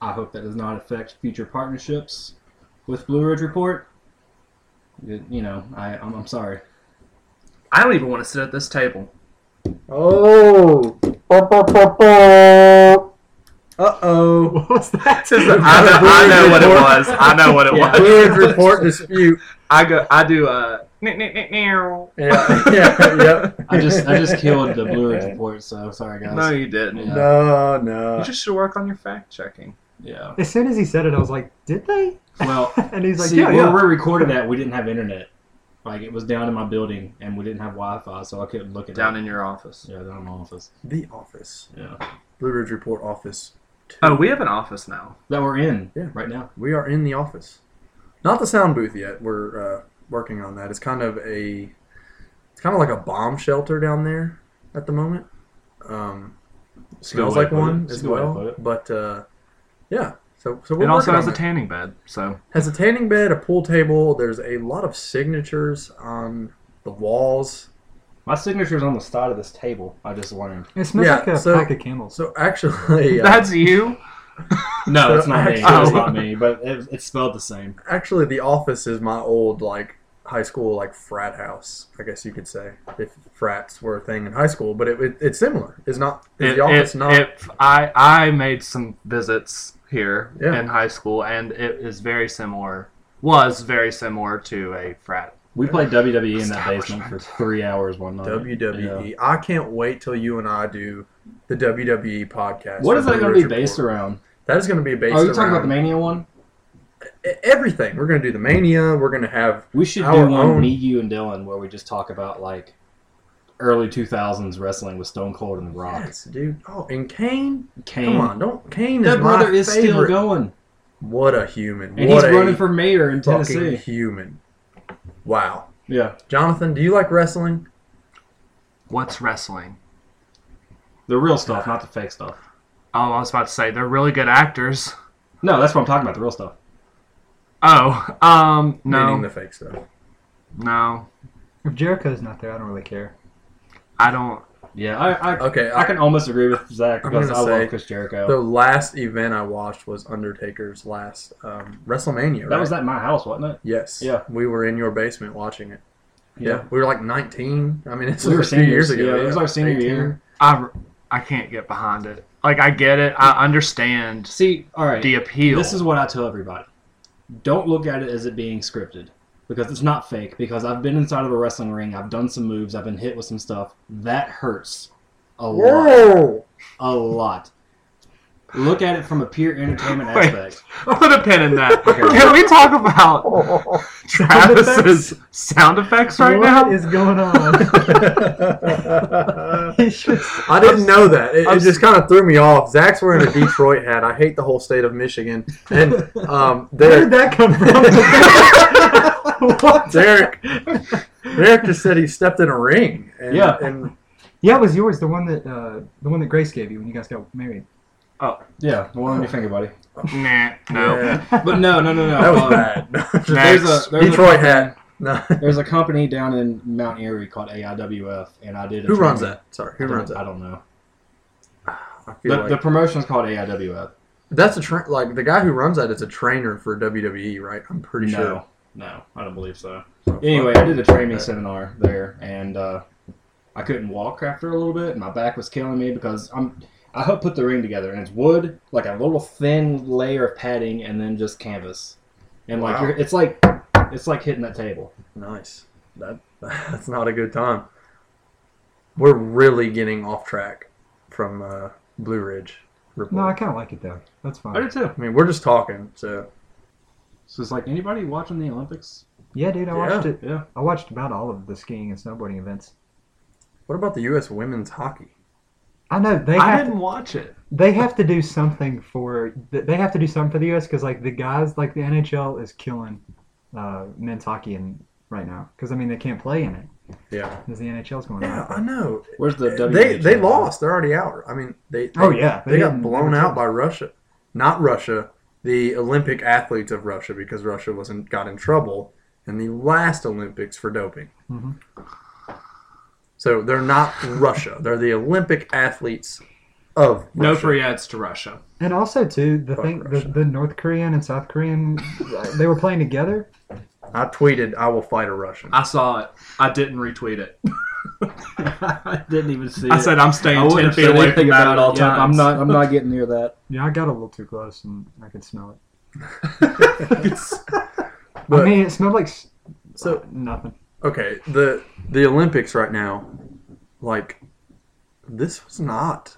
I hope that does not affect future partnerships with Blue Ridge Report. You you know, I, I'm, I'm sorry.
I don't even want to sit at this table.
Oh. Uh oh.
What was that?
I know, I know what it was. I know what it
Yeah.
was.
Weird report dispute.
I go. I do a. nick, nick, nick, meow.
Yeah, yeah, yep.
I just I just killed the Blue Ridge Report, so sorry guys.
No, you didn't.
Yeah.
No,
You
no.
just should work on your fact checking.
Yeah.
As soon as he said it, I was like, "Did they?"
Well,
and he's like,
see,
"Yeah,
where
yeah."
we recorded that, we didn't have internet. Like it was down in my building, and we didn't have Wi-Fi, so I couldn't look it
Down
up.
in your office.
yeah, down in my office.
The Office.
Yeah,
Blue Ridge Report Office. two.
Oh, we have an office now.
that we're in
Yeah.
right now.
We are in the office. Not the sound booth yet. We're uh, working on that. It's kind of a, it's kind of like a bomb shelter down there at the moment. Um, smells
way
like
to put
one
it. It's
as
a good way to
well.
put it.
But uh, yeah, so so we're
It also
working on
has a
that.
tanning bed. So
has a tanning bed, a pool table. There's a lot of signatures on the walls.
My signature's on the side of this table. I just wondered.
It smells
Yeah,
like a
so-
pack of Camels.
So actually, uh,
that's you.
No, it's not me. It's
Actually-
not me. But it, it's spelled the same.
actually the office is my old like high school like frat house i guess you could say if frats were a thing in high school but it, it, it's similar it's not is
It-
the office
it-
not
it- I I made some visits here
Yeah.
in high school, and it is very similar. Was very similar to a frat.
We played WWE in that basement for three hours one night.
wwe E. i can't wait till you and i do the wwe podcast
Yeah. What is
with
that
Blue
going to be
Ridge
based
Report.
around?
that is going to be based
Are you
around
talking about the Mania one?
e- everything we're going to do the mania we're going to have
We should
Our
do one
own-
me, you, and Dylan where we just talk about like early two thousands wrestling with Stone Cold and The Rock.
yes, dude oh and kane,
Kane,
come on don't kane
that
is
brother
my
is
favorite.
still going,
what a human
and
what
he's
a
running for mayor in
fucking
Tennessee.
human wow
Yeah,
jonathan do you like wrestling
What's wrestling?
the real stuff, not the fake stuff.
Oh, I was about to say they're really good actors.
No, that's what I'm talking about. The real stuff.
Oh, um,
Meaning
no,
the fake stuff.
no,
If Jericho's not there, I don't really care.
I don't.
Yeah, I I,
Okay,
I can almost agree with Zach
I'm
because I
gonna say
love Chris Jericho.
the last event I watched was Undertaker's last um, WrestleMania.
that
right?
was at my house, wasn't it?
Yes.
Yeah.
We were in your basement watching it. Yeah. We were like 19. I mean, it's
We were
a few years
seniors,
ago.
yeah, it was our senior
18.
year.
I I can't get behind it. Like I get it. I understand
See, all right.
the appeal.
This is what I tell everybody. Don't look at it as it being scripted because it's not fake. Because I've been inside of a wrestling ring, I've done some moves, I've been hit with some
Oh!
stuff. That hurts a lot.
Whoa!
A lot. Look at it from a pure entertainment
Wait.
aspect.
I'll put a pin in that.
Okay.
Can we talk about Travis's sound effects right now?
What is going on? It's just-
I didn't know that. It, it just kind of threw me off. Zach's wearing a Detroit hat. I hate the whole state of Michigan. And um,
where did
Derek,
that come from? what?
Derek, Derek just said he stepped in a ring. And,
Yeah.
And
Yeah, it was yours. The one that uh, the one that Grace gave you when you guys got married.
yeah, the one on your finger, buddy.
Nah, no.
yeah,
But no, no, no, no.
that was
um,
bad.
There's a there's
Detroit
a,
hat. No.
There's a company down in Mount Airy called AIWF, and I did. A
Who runs
training-
that? Sorry, who
I don't-
runs
I
that?
don't know.
I feel
The,
like
the promotion is called AIWF.
that's a tra- like the guy who runs that is a trainer for WWE, right? I'm pretty
no,
sure.
no, I don't believe so.
So,
Anyway, I did a training
Okay.
seminar there, and uh, I couldn't walk after a little bit. and My back was killing me because I'm. I helped put the ring together, and it's wood, like a little thin layer of padding, and then just canvas, and like
Wow.
you're, it's like it's like hitting that table.
nice. That that's not a good time. We're really getting off track from uh, Blue Ridge. Report.
No, I kind of like it though. That's fine.
too.
I mean, we're just talking, so
So it's like anybody watching the Olympics.
Yeah, dude, I
Yeah.
watched it.
Yeah.
I watched about all of the skiing and snowboarding events.
what about the U.S. women's hockey?
I know they
I
have to,
didn't watch it.
they have to do something for th- they have to do something for the U.S. because like the guys like the NHL is killing uh, men's hockey in right now because I mean they can't play in it
Yeah,
because the NHL's going
yeah, I
on.
know.
Where's the W?
They they lost. They're already out. I mean, they,
Oh yeah,
they got
didn't-
blown
were
out
terrible.
by Russia. Not Russia, the Olympic athletes of Russia, because Russia wasn't got in trouble in the last Olympics for doping.
Mhm.
So they're not Russia. They're the Olympic athletes of
No
Russia.
free ads to Russia.
And also too the
Fuck
thing the,
Russia.
the North Korean and South Korean uh, they were playing together.
I tweeted, "I will fight a Russian."
I saw it. I didn't retweet it.
I didn't even see.
I said I'm staying
I wouldn't
ten
have
feet
said
away
anything
from that
about
at
it
all
yeah,
times.
I'm not. I'm not getting near that.
Yeah, I got a little too close and I could smell it.
But-
I mean, it smelled like s-
So-
nothing.
okay, the the Olympics right now, like this was not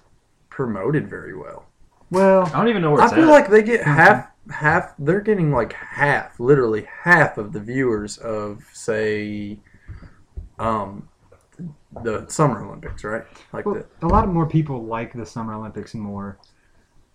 promoted very well.
Well,
I don't even know where
I
it's
feel
at.
like they get half half they're getting like half, literally half of the viewers of say um the summer Olympics, right? Like
well,
the
a lot more people like the Summer Olympics more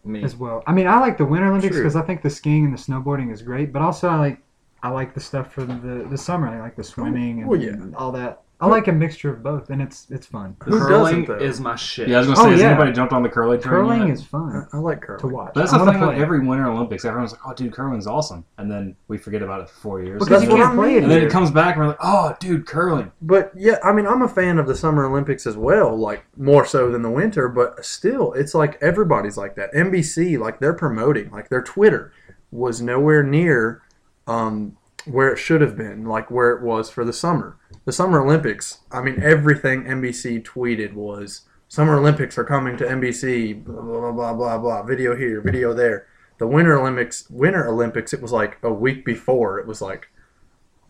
Me.
as well. I mean, I like the Winter Olympics
True.
because I think the skiing and the snowboarding is great, but also I like I like the stuff for the the summer. I like the swimming and
Oh, well, yeah.
all that. I like a mixture of both, and it's it's fun.
Who doesn't,
Curling
though?
is my shit.
Yeah, I was gonna say,
Oh,
has
yeah.
anybody jumped on the curling train?
Curling
yet?
is fun
I, I like
to
curling.
watch.
But that's
I
the
wanna
thing. Like
play.
every Winter Olympics, everyone's like, "Oh, dude, curling's awesome," and then we forget about it for four years.
because you
That's what
can't
I
play
mean.
it.
and then
Here.
it comes back, and we're like, "Oh, dude, curling."
But yeah, I mean, I'm a fan of the Summer Olympics as well, like more so than the winter. But still, it's like everybody's like that. NBC, like they're promoting, like their Twitter was nowhere near um, where it should have been, like where it was for the summer. The Summer Olympics, I mean, everything NBC tweeted was Summer Olympics are coming to NBC, blah blah blah blah blah. blah video here, video there. The Winter Olympics, Winter Olympics, it was like a week before. It was like,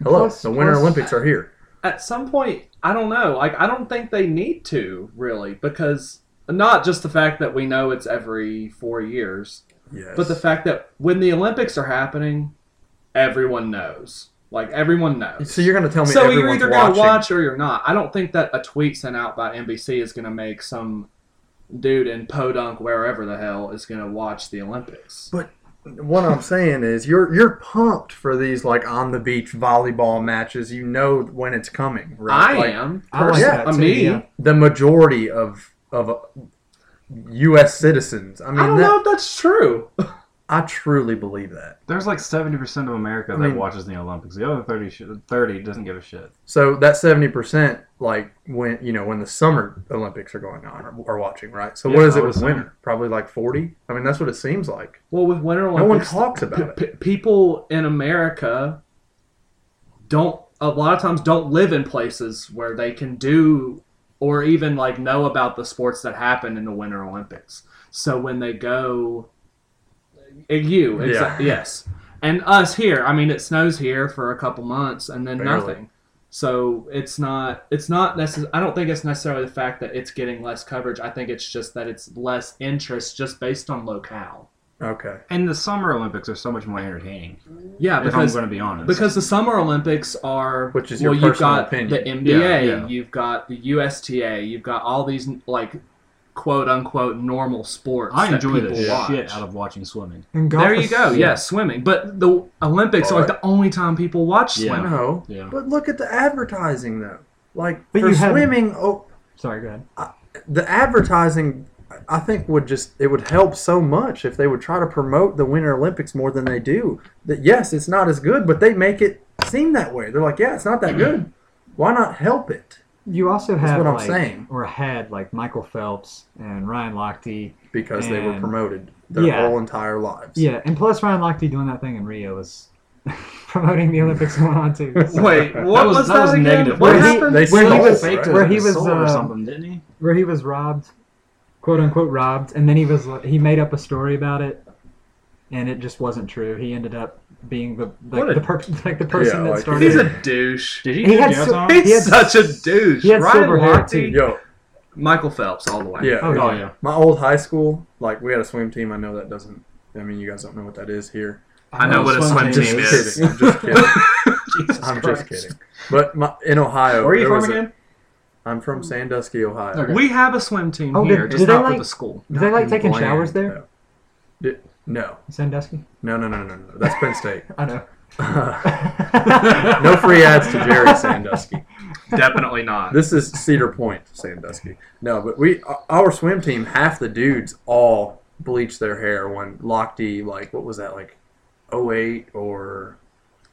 hello,
Plus-
the Winter
plus-
Olympics are here.
at some point i don't know like i don't think they need to really because not just the fact that we know it's every four years
Yes.
but the fact that when the olympics are happening everyone knows like everyone knows
So you're gonna tell me
so you're
everyone's
either
watching?
gonna watch or you're not i don't think that a tweet sent out by nbc is gonna make some dude in podunk wherever the hell is gonna watch the olympics
What I'm saying is, you're you're pumped for these like on the beach volleyball matches. You know when it's coming, right?
i
Like,
am uh,
I like
Yeah,
that
I
too,
mean,
yeah.
The majority of of uh, U.S. citizens. I mean,
i don't
that,
know if that's true
I truly believe that.
There's like seventy percent of America
I
that
mean-
watches the Olympics. The other 30, sh- thirty doesn't give a shit.
So that seventy percent, like when you know when the summer Olympics are going on, are, are watching, right? So what
Yeah,
is
I
it
would
with
assume.
winter? Probably like forty. I mean, that's what it seems like.
well with winter
No one
olympics
talks about it.
p- p- people in America don't a lot of times don't live in places where they can do or even like know about the sports that happen in the Winter Olympics. So when they go, eh, you
Yeah.
exa- yes, and us here. I mean, it snows here for a couple months and then
Barely.
nothing. So it's not it's not necess- I don't think it's necessarily the fact that it's getting less coverage. I think it's just that it's less interest just based on locale.
Okay.
And the Summer Olympics are so much more entertaining.
Yeah,
If I'm
because
going to be honest,
because the Summer Olympics are
Which is your
well, you've
personal
got
opinion.
the NBA,
Yeah, yeah.
you've got the USTA, you've got all these like quote unquote normal sports.
I
that
enjoy the
people watch.
shit out of watching swimming.
And golf
There you
is-
go. Yes, swimming. But the Olympics are like the only time people watch
Yeah.
swimming.
No.
Yeah.
But look at the advertising though. Like
But
for
you haven't-
swimming, oh,
Sorry, go ahead.
the advertising I think would just it would help so much if they would try to promote the Winter Olympics more than they do. That yes, it's not as good, but they make it seem that way. They're like, yeah, it's not that good. Why not help it?
You also have
what I'm
like,
saying.
or had like Michael Phelps and Ryan Lochte.
Because they were
And-
promoted their
Yeah.
whole entire lives.
Yeah, and plus Ryan Lochte doing that thing in Rio was promoting the Olympics going on too. So-
Wait, what
was-
was,
that was
again?
negative.
What
Where he-
happened?
They
Where he
sold,
was-
right?
where he was,
sold
uh,
or something, didn't he?
where he was robbed, quote unquote robbed, and then he was he made up a story about it, and it just wasn't true. He ended up being the like
What a-
the, per- like the person
Yeah,
that
like-
started.
He's
it.
a douche.
Did he?
He
get
had
jazz
so-
on?
he
He's
had-
such a douche.
he had
Ryan
silver hair,
Lochte,
too.
Yo,
Michael Phelps all the way.
yeah.
Oh,
Oh yeah.
My old high school, like we had a swim team. I know that doesn't. I mean, you guys don't know what that is here.
I know what a swim
Swim team
team
just kidding. I'm
is.
just kidding.
Jesus
I'm just
Christ.
kidding. But my, in Ohio,
Where are you
there
from
was a-
again?
I'm from Sandusky, Ohio.
Okay.
We have a swim team
Oh, did-
here, just
did they
not with
like-
the school.
Do they like taking
Bland,
showers there?
though. Di- No,
Sandusky.
no, no, no, no, no. That's Penn State.
I know.
no free ads to Jerry Sandusky.
Definitely not.
This is Cedar Point, Sandusky. No, but we our swim team, half the dudes all bleached their hair when Lochte, like what was that, like 08 or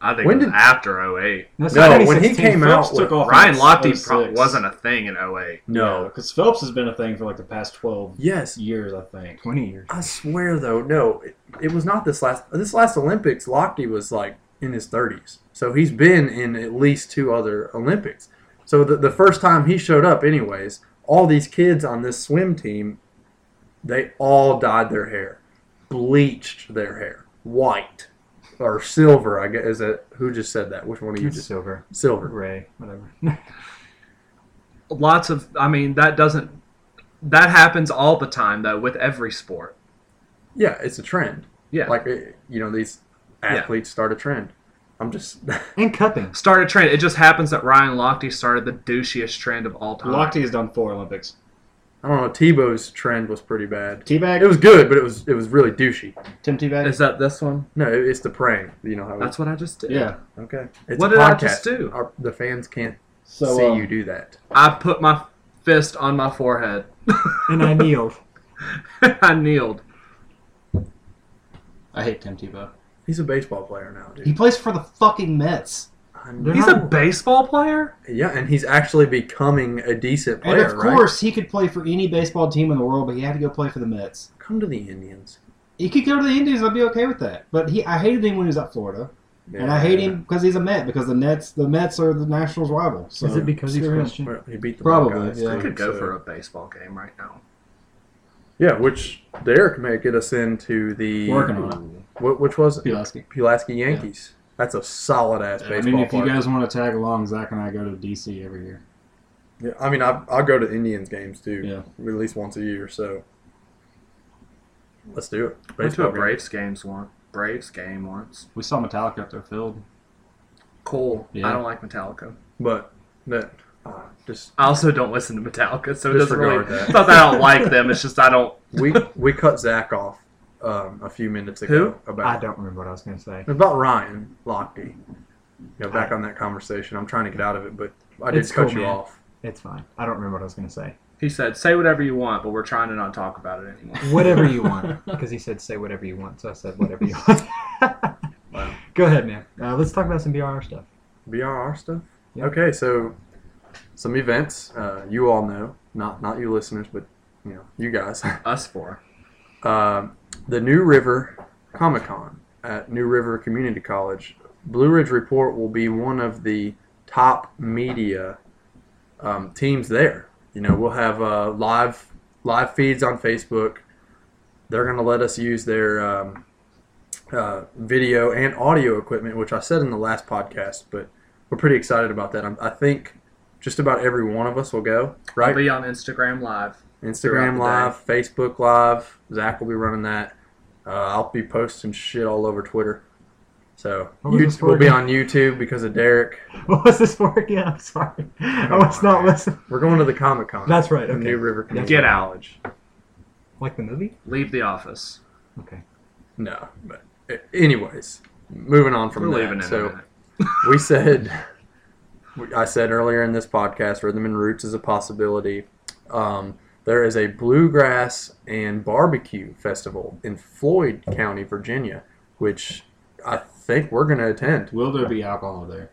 I think
When
it was
did-
after 08.
That's
No,
not
when he
2016.
came out
Phelps took
with-
off.
Ryan
in
Lochte pro-
06.
wasn't a thing in 08.
No,
no?
because Phelps has been a thing for like the past twelve
Yes,
years, I think.
twenty years.
I swear though, no, it, it was not this last. This last Olympics, Lochte was like in his 30s, so he's been in at least two other Olympics. So the, the first time he showed up, anyways, all these kids on this swim team, they all dyed their hair, bleached their hair white or silver. I guess is that who just said that? Which one of you
It's
just
silver,
silver?
gray, whatever.
Lots of, I mean, that doesn't, that happens all the time, though, with every sport.
Yeah, it's a trend.
Yeah.
Like it- you know, these athletes start a trend. I'm just
and cupping.
Start a trend. It just happens that Ryan Lochte started the douchiest trend of all time.
Lochte has done four Olympics.
I don't know. Tebow's trend was pretty bad.
Teabag,
It was good, but it was it was really douchey.
Tim Teabag.
Is that this one?
No, it- it's the praying. You know how it-
That's what I just did.
yeah.
okay. It's
What
a
did I
podcast.
just do?
Our, the fans can't
So
see
um,
you do that.
I put my fist on my forehead.
And I kneeled.
I kneeled.
I hate Tim Tebow.
He's a baseball player now,
He
dude.
plays for the fucking Mets.
I
They're
know.
He's a baseball player?
yeah, and he's actually becoming a decent player.
and of
right?
course, he could play for any baseball team in the world, but he had to go play for the Mets.
come to the Indians.
He could go to the Indians. I'd be okay with that. But he, I hated him when he was at Florida, and I hate him because he's a Met. Because the Nets, the Mets are the Nationals' rival. So
Is it because he's
screw him.
Christian?
Well, He beat the
Probably,
Buckeyes,
yeah.
I
too,
could go
so-
for a baseball game right now.
yeah, which there may get us into the
Working on
Wh- which was it?
Pulaski.
Pulaski Yankees. That's a solid ass baseball.
I mean, if you
player.
guys want to tag along, Zach and I go to DC every year.
Yeah, I mean, I I go to Indians games too.
Yeah.
at least once a year. So let's do it.
Went to
Baseball
a
game.
Braves games one. Braves game once.
We saw Metallica up their field.
Cool.
Yeah.
I don't like Metallica.
but that uh, just
I also don't listen to Metallica, so it doesn't really.
Disregard that.
It's not that I don't like them. It's just I don't.
we we cut Zach off um, a few minutes ago
I
about
don't remember what I was going to say.
about Ryan Lochte. You know, back on that conversation. I'm trying to get out of it, but I did
It's
cut
cool,
you
man.
off.
It's fine. I don't remember what I was going to say.
He said, "Say whatever you want, but we're trying to not talk about it anymore."
Whatever you want, because he said say whatever you want, so I said whatever you want. Go ahead, man. Uh, let's talk about some BRR stuff.
BRR stuff.
Yeah.
Okay, so some events uh, you all know, not not you listeners, but you know you guys.
Us four.
um, the New River Comic Con at New River Community College. Blue Ridge Report will be one of the top media um, teams there. You know, we'll have uh, live live feeds on Facebook. They're going to let us use their um, uh, video and audio equipment, which I said in the last podcast, but we're pretty excited about that. I'm, I think just about every one of us will go. Right?
I'll be on Instagram Live.
Instagram
throughout
Live, Facebook Live. Zach will be running that. Uh, I'll be posting shit all over Twitter. So
What was
you,
this for
we'll be
again?
on YouTube because of Derek.
What was this for again? I'm sorry. I was not listening.
We're going to the Comic Con.
That's right.
New
Okay.
River Community
Get out.
College.
Like the movie?
Leave the office.
Okay.
No, but uh, anyways, moving on from
We're
that.
leaving in
so
a minute.
we said i said earlier in this podcast rhythm and roots is a possibility um, there is a bluegrass and barbecue festival in floyd county virginia which i think we're going to attend
Will there be alcohol there?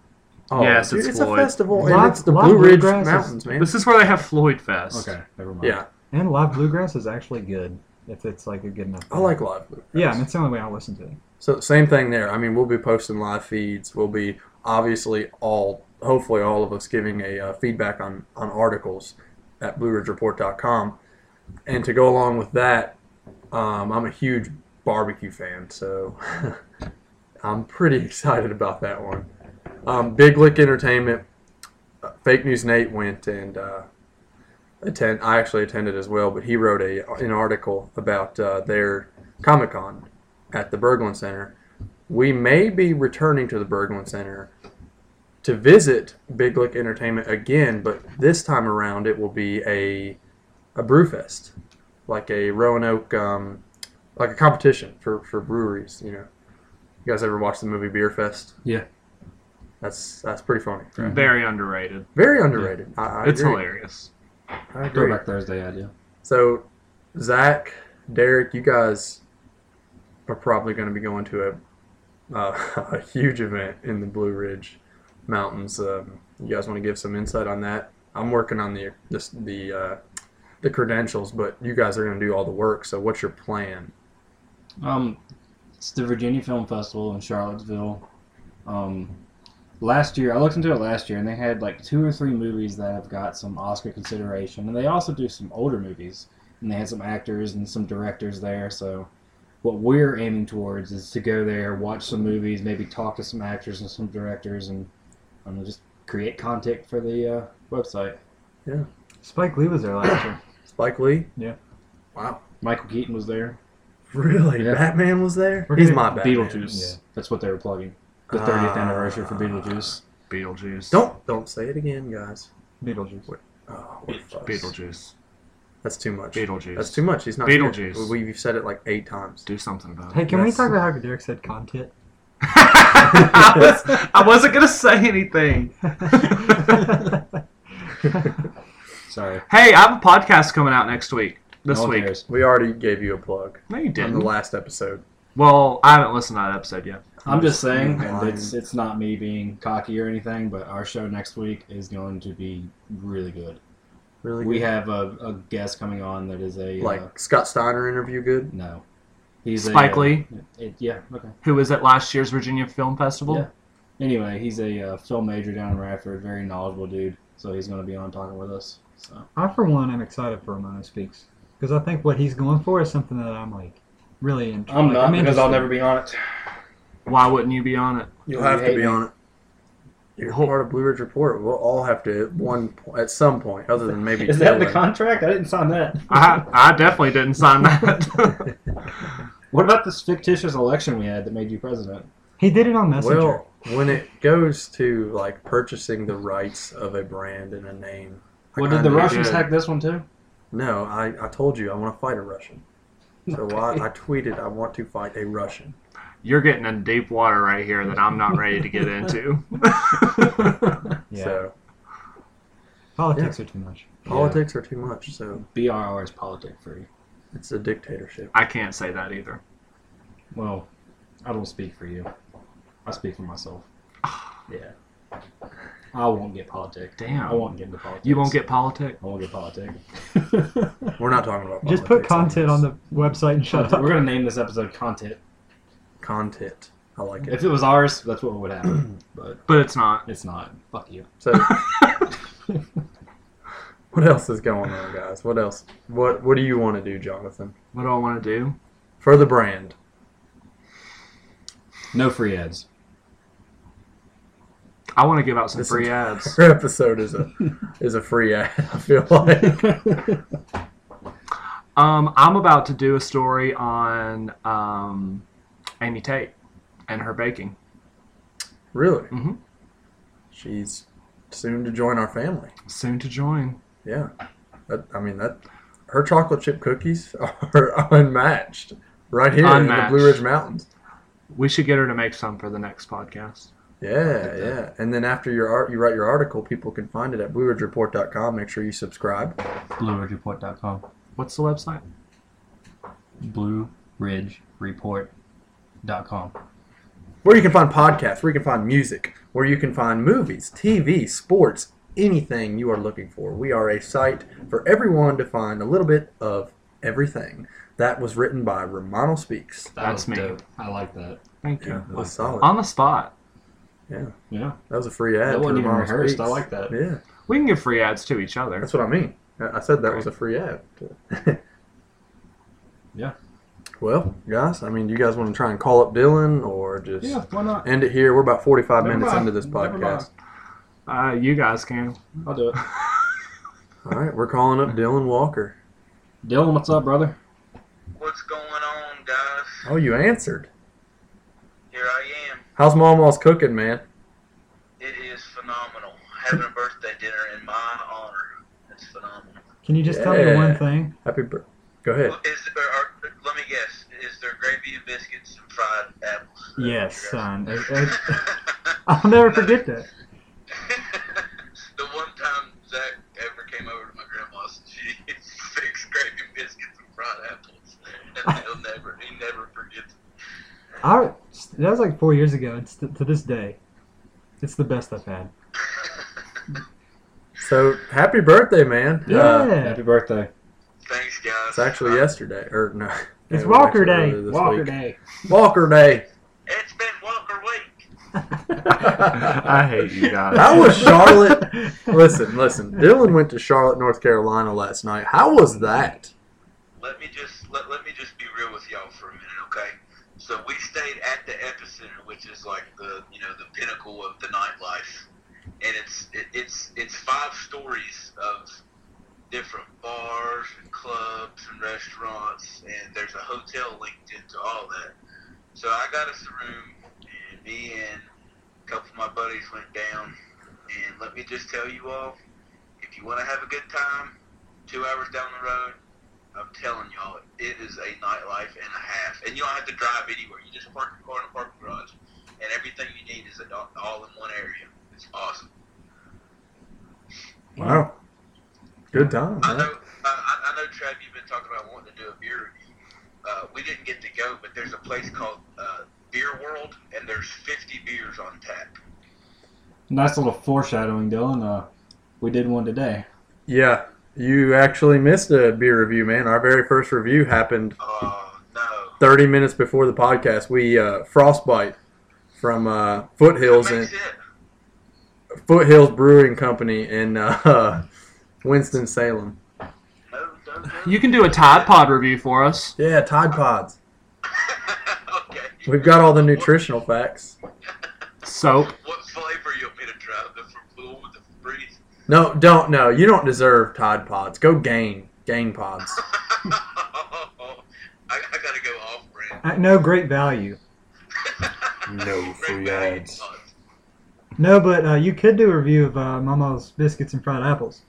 oh
Yes,
dude,
it's
it's, a
Floyd.
festival and
Live-
it's the
live
blue ridge
bluegrass is-
mountains man
This is where they have Floyd Fest.
Okay, never mind.
yeah
And live bluegrass is actually good if it's like a good enough.
i like live bluegrass
Yeah, and it's the only way I'll listen to it.
So same thing there. I mean, we'll be posting live feeds. We'll be obviously all, hopefully all of us giving a uh, feedback on on articles at BlueRidgeReport.com. And to go along with that, um, I'm a huge barbecue fan, so I'm pretty excited about that one. Um, Big Lick Entertainment, uh, Fake News Nate went and uh, attend. I actually attended as well, but he wrote a an article about uh, their Comic Con at the Berglund Center. We may be returning to the Berglund Center to visit Big Lick Entertainment again, but this time around it will be a a brewfest, like a Roanoke, um, like a competition for, for breweries. You know, you guys ever watch the movie Beer Fest?
Yeah.
that's that's pretty funny.
Very underrated.
Very underrated. I, I
it's
agree.
hilarious.
I agree.
Throwback Thursday idea.
So, Zach, Derek, you guys are probably going to be going to a, uh, a huge event in the Blue Ridge Mountains. Um, you guys want to give some insight on that? I'm working on the this, the uh, the credentials, but you guys are going to do all the work. So, what's your plan?
Um, it's the Virginia Film Festival in Charlottesville. Um, last year, I looked into it last year, and they had like two or three movies that have got some Oscar consideration, and they also do some older movies, and they had some actors and some directors there. So, what we're aiming towards is to go there, watch some movies, maybe talk to some actors and some directors, and um, just create content for the uh, website.
Spike Lee was there last year.
Spike Lee?
Yeah.
Wow.
Michael Keaton was there.
Really?
Yeah.
Batman was there?
We're
He's
gonna-
my Batman.
Beetlejuice. That's what they were plugging. The 30th
Ah.
anniversary for Beetlejuice.
Beetlejuice.
Don't don't say it again, guys.
Beetlejuice.
Oh, what a fuss.
Beetlejuice.
That's too much.
Beetlejuice.
That's too much. He's not. here.
Beetlejuice.
We- We've said it like eight times.
Do something about
Hey,
it.
can
Yes.
we talk about how Derek said content?
I, was, I wasn't gonna say anything.
Sorry.
Hey, I have a podcast coming out next week. This
No one
week.
cares.
We already gave you a plug
No, you
on
didn't.
the last episode.
well, I haven't listened to that episode yet.
I'm just saying,
Lying.
and it's it's not me being cocky or anything, but our show next week is going to be really good.
Really
We have a, a guest coming on that is a
like
uh,
Scott Steiner interview. Good.
no, he's
Spike
a, uh,
Lee?
it- yeah, okay.
Who was at last year's Virginia Film Festival?
Yeah. Anyway, he's a uh, film major down in Radford, very knowledgeable dude. So he's going to be on talking with us. So
I, for one, am excited for Romano Speaks because I think what he's going for is something that I'm like really into. like, interested in.
be on it.
Why wouldn't you be on it?
You'll
You
have to
hate
be
me.
on it. You're
Whole-
part of Blue Ridge Report. We'll all have to at one po- at some point, other than maybe.
Is that in the
Dylan.
contract? I didn't sign that.
I I definitely didn't sign that.
What about this fictitious election we had that made you president?
He did it on Messenger.
Well, when it goes to like purchasing the rights of a brand and a name. I
Well, did the
kinda-
Russians
did.
hack this one too?
No, I, I told you I want to fight a Russian. So I, I tweeted I want to fight a Russian.
You're getting in deep water right here that I'm not ready to get into.
yeah,
So
politics are too much.
politics are too much. So
BRR is politic free.
it's a dictatorship.
I can't say that either.
Well, I don't speak for you. I speak for myself. yeah. I won't get politic.
Damn.
I won't get into politics.
You won't get politic.
I won't get politic.
We're not talking about.
Just put
politics on
content
this.
on the website and shut
We're
up.
gonna name this episode content.
content. I like it.
If it was ours, that's what would happen. but
But it's not.
it's not. Fuck you.
So, what else is going on, guys? What else? What What do you want to do, Jonathan,
What do I want to do?
for the brand?
No free ads.
I want to give out some
This
free ads.
Her episode is a is a free ad. I feel like
Um, I'm about to do a story on um, Amy Tate and her baking.
really.
Mhm.
She's soon to join our family.
Soon to join.
Yeah, that, I mean that her chocolate chip cookies are unmatched right here
Unmatched.
in the Blue Ridge Mountains.
We should get her to make some for the next podcast.
Yeah, yeah. And then after your art, you write your article, people can find it at blueridgereport.com. Make sure you subscribe.
BlueRidgeReport.com.
What's the website?
BlueRidgeReport.com.
Where you can find podcasts, where you can find music, where you can find movies, TV, sports, anything you are looking for. We are a site for everyone to find a little bit of everything. That was written by Romano Speaks.
That
That's me.
was Dope. I like that.
Thank you.
That was solid.
On the spot.
Yeah.
That was a free ad.
That
to
wasn't even
Romano
rehearsed.
Speaks.
I like that.
Yeah.
We can give free ads to each other.
That's what I mean. I I said that was a free ad.
Yeah.
Well, guys, I mean, do you guys want to try and call up Dylan or just
Yeah, why not?
end it here? We're about 45
Never
minutes
mind.
into this
Never
podcast.
Uh, you guys can.
I'll do it.
All right, we're calling up Dylan Walker.
Dylan, what's up, brother?
What's going on, guys?
Oh, you answered.
Here I am.
How's Mama's cooking, man?
It is phenomenal. Having a birthday dinner in my honor. It's phenomenal.
Can you just tell me one
Yeah.
thing?
Happy birthday. Go ahead.
Is there, are, let me guess. Is there gravy and biscuits and fried apples?
Yes, uh, son. It- it- I'll never forget that.
the one time Zach ever came over to my grandma's, she fixed gravy and biscuits and fried apples, and he'll never, he never forgets.
I that was like four years ago. It's to this day, it's the best I've had.
So, happy birthday, man.
Yeah.
Uh,
Happy birthday.
Thanks, guys. Uh,
it's actually yesterday, or no.
It's
it was
Walker
actually
Day.
earlier this
Walker
week.
Day.
Walker Day.
It's been Walker Week.
I hate you guys.
How was Charlotte? listen, listen. Dylan went to Charlotte, North Carolina last night. How was that?
let me just let, let me just be real with y'all for a minute, okay? So we stayed at the epicenter, which is like the you know the pinnacle of the nightlife, and it's it, it's it's five stories of different bars and clubs and restaurants, and there's a hotel linked into all that. So I got us a room, and me and a couple of my buddies went down, and let me just tell you all, if you want to have a good time, two hours down the road. I'm telling y'all, it is a nightlife and a half. And you don't have to drive anywhere. You just park your car in a parking garage, and everything you need is all all in one area. It's awesome.
Wow. Good time.
I know, I, I I know, Trev, you've been talking about wanting to do a beer review. Uh, we didn't get to go, but there's a place called uh, Beer World, and there's 50 beers on tap.
Nice little foreshadowing, Dylan. Uh, we did one today.
Yeah. You actually missed a beer review, man. Our very first review happened
Oh, no.
30 minutes before the podcast. We uh, frostbite from uh, Foothills
That
and
makes it.
Foothills Brewing Company in uh, Winston Salem.
No, no, no.
You can do a Tide Pod review for us.
Yeah, Tide Pods.
okay.
We've got all the nutritional facts.
Soap.
What flavor you want me to try? The fruit, the breeze?
No, don't. No, you don't deserve Tide Pods. Go Gain. Gain Pods.
I, I gotta go off brand.
At no great value.
No
free ads.
No, but uh, you could do a review of uh, Mama's biscuits and fried apples.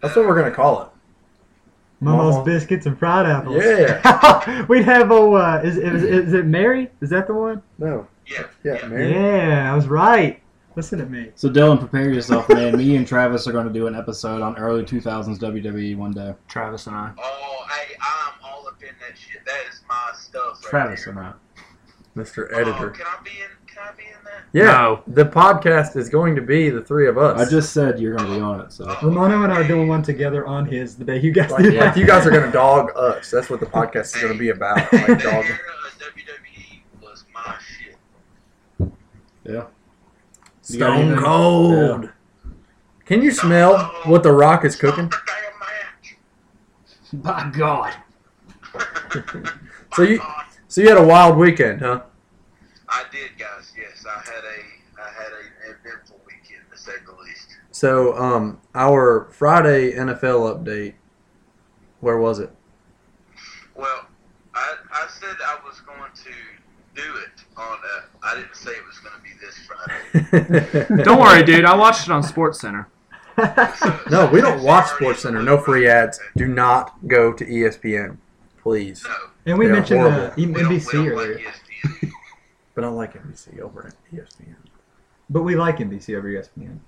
That's what we're going to call it.
Mama's
Mama's-
biscuits and fried apples.
Yeah.
We'd have oh, uh, is, is, is it Mary? Is that the one?
No.
Yeah,
Yeah,
yeah.
Mary.
Yeah, I was right. Listen to me.
So, Dylan, prepare yourself, man. Me and Travis are going to do an episode on early 2000s WWE E one day.
Travis and I.
Oh, hey, I'm all up in that shit. That is my stuff. Right
Travis
there.
and I.
Mr.
Oh,
Editor.
can I be in? Can I be in that?
Yeah.
No.
The podcast is going to be the three of us.
I just said you're going to be on it, so.
Romano and I are doing one together on his the day you guys
like,
do
like,
that.
you guys are gonna dog us. That's what the podcast is gonna be about.
Hey,
Like
the
dog.
era of WWE was my shit.
Yeah. You got
Stone
anything?
Cold. Can you smell what the Rock is cooking?
Stop the
By God.
damn match.
So you-
My God.
So you had a wild weekend, huh?
I did, guys. Yes, I had a, I had a, it say the least.
So, um, our Friday NFL update, where was it?
Well, I, I said I was going to do it on. A, I didn't say it was going to be this Friday.
Don't worry, dude. I watched it on Sports Center.
So-
No, we don't
so
watch
already-
Sports Center. No free ads. Do not go to E ESPN, please.
No,
And we
They are
mentioned uh,
horrible.
E-
we don't, we
NBC
don't
earlier,
like ESPN.
But I don't like NBC over at E ESPN.
but we like NBC over ESPN.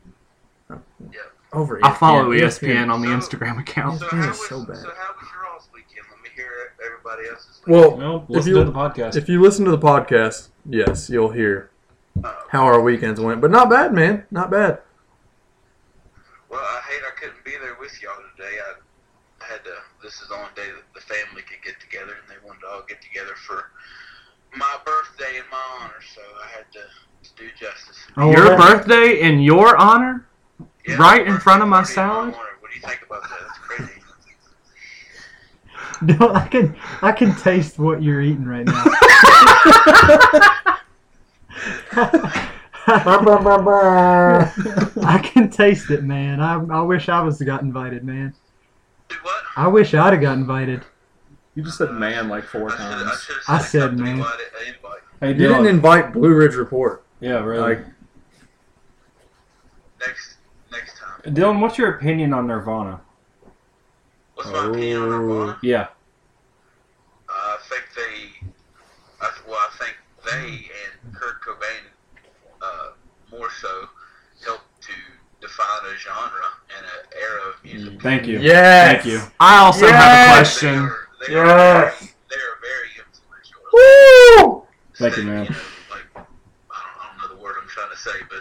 Over. E
I follow E
ESPN.
ESPN on the
So-
Instagram account.
so,
ESPN
how
is
was,
so bad.
so how was your all's weekend? Let me hear everybody else's.
Well,
Well,
if
listen
you
to the podcast.
if you listen to the podcast, yes, you'll hear
Uh,
how our weekends went. But not bad, man. Not bad.
well, I hate I couldn't be there with y'all today. I had to. This is the only day that the family could get together, and they wanted to all get together for my birthday in my honor. So I had to, to do justice.
Oh,
your
well,
birthday in your honor? Right in
birthday
front of my
party in
salad?
honor. What do you think about that? That's crazy.
no, I can I can taste what you're eating right now. I can taste it, man. I, I wish I was got invited, man.
Dude, what?
I wish I'd have got invited.
You just said man like four
I should, I
times.
should
I
have
said, man.
uh,
hey,
You didn't
Dylan.
invite Blue Ridge Report.
yeah, really.
Like-
Next, next time.
Dylan, what's your opinion on Nirvana?
What's my opinion on
Oh.
Nirvana?
Yeah.
I think they, I, well, I think they and Kurt Cobain uh, more so helped to define a genre and an era of music.
Thank you.
Yes.
Thank you.
I also have a
Yes!
They
question.
are, they are,
Yes.
very- they are very influential.
Woo!
Thank you,
They,
man.
know, like, I, don't, I don't know the word I'm trying to say, but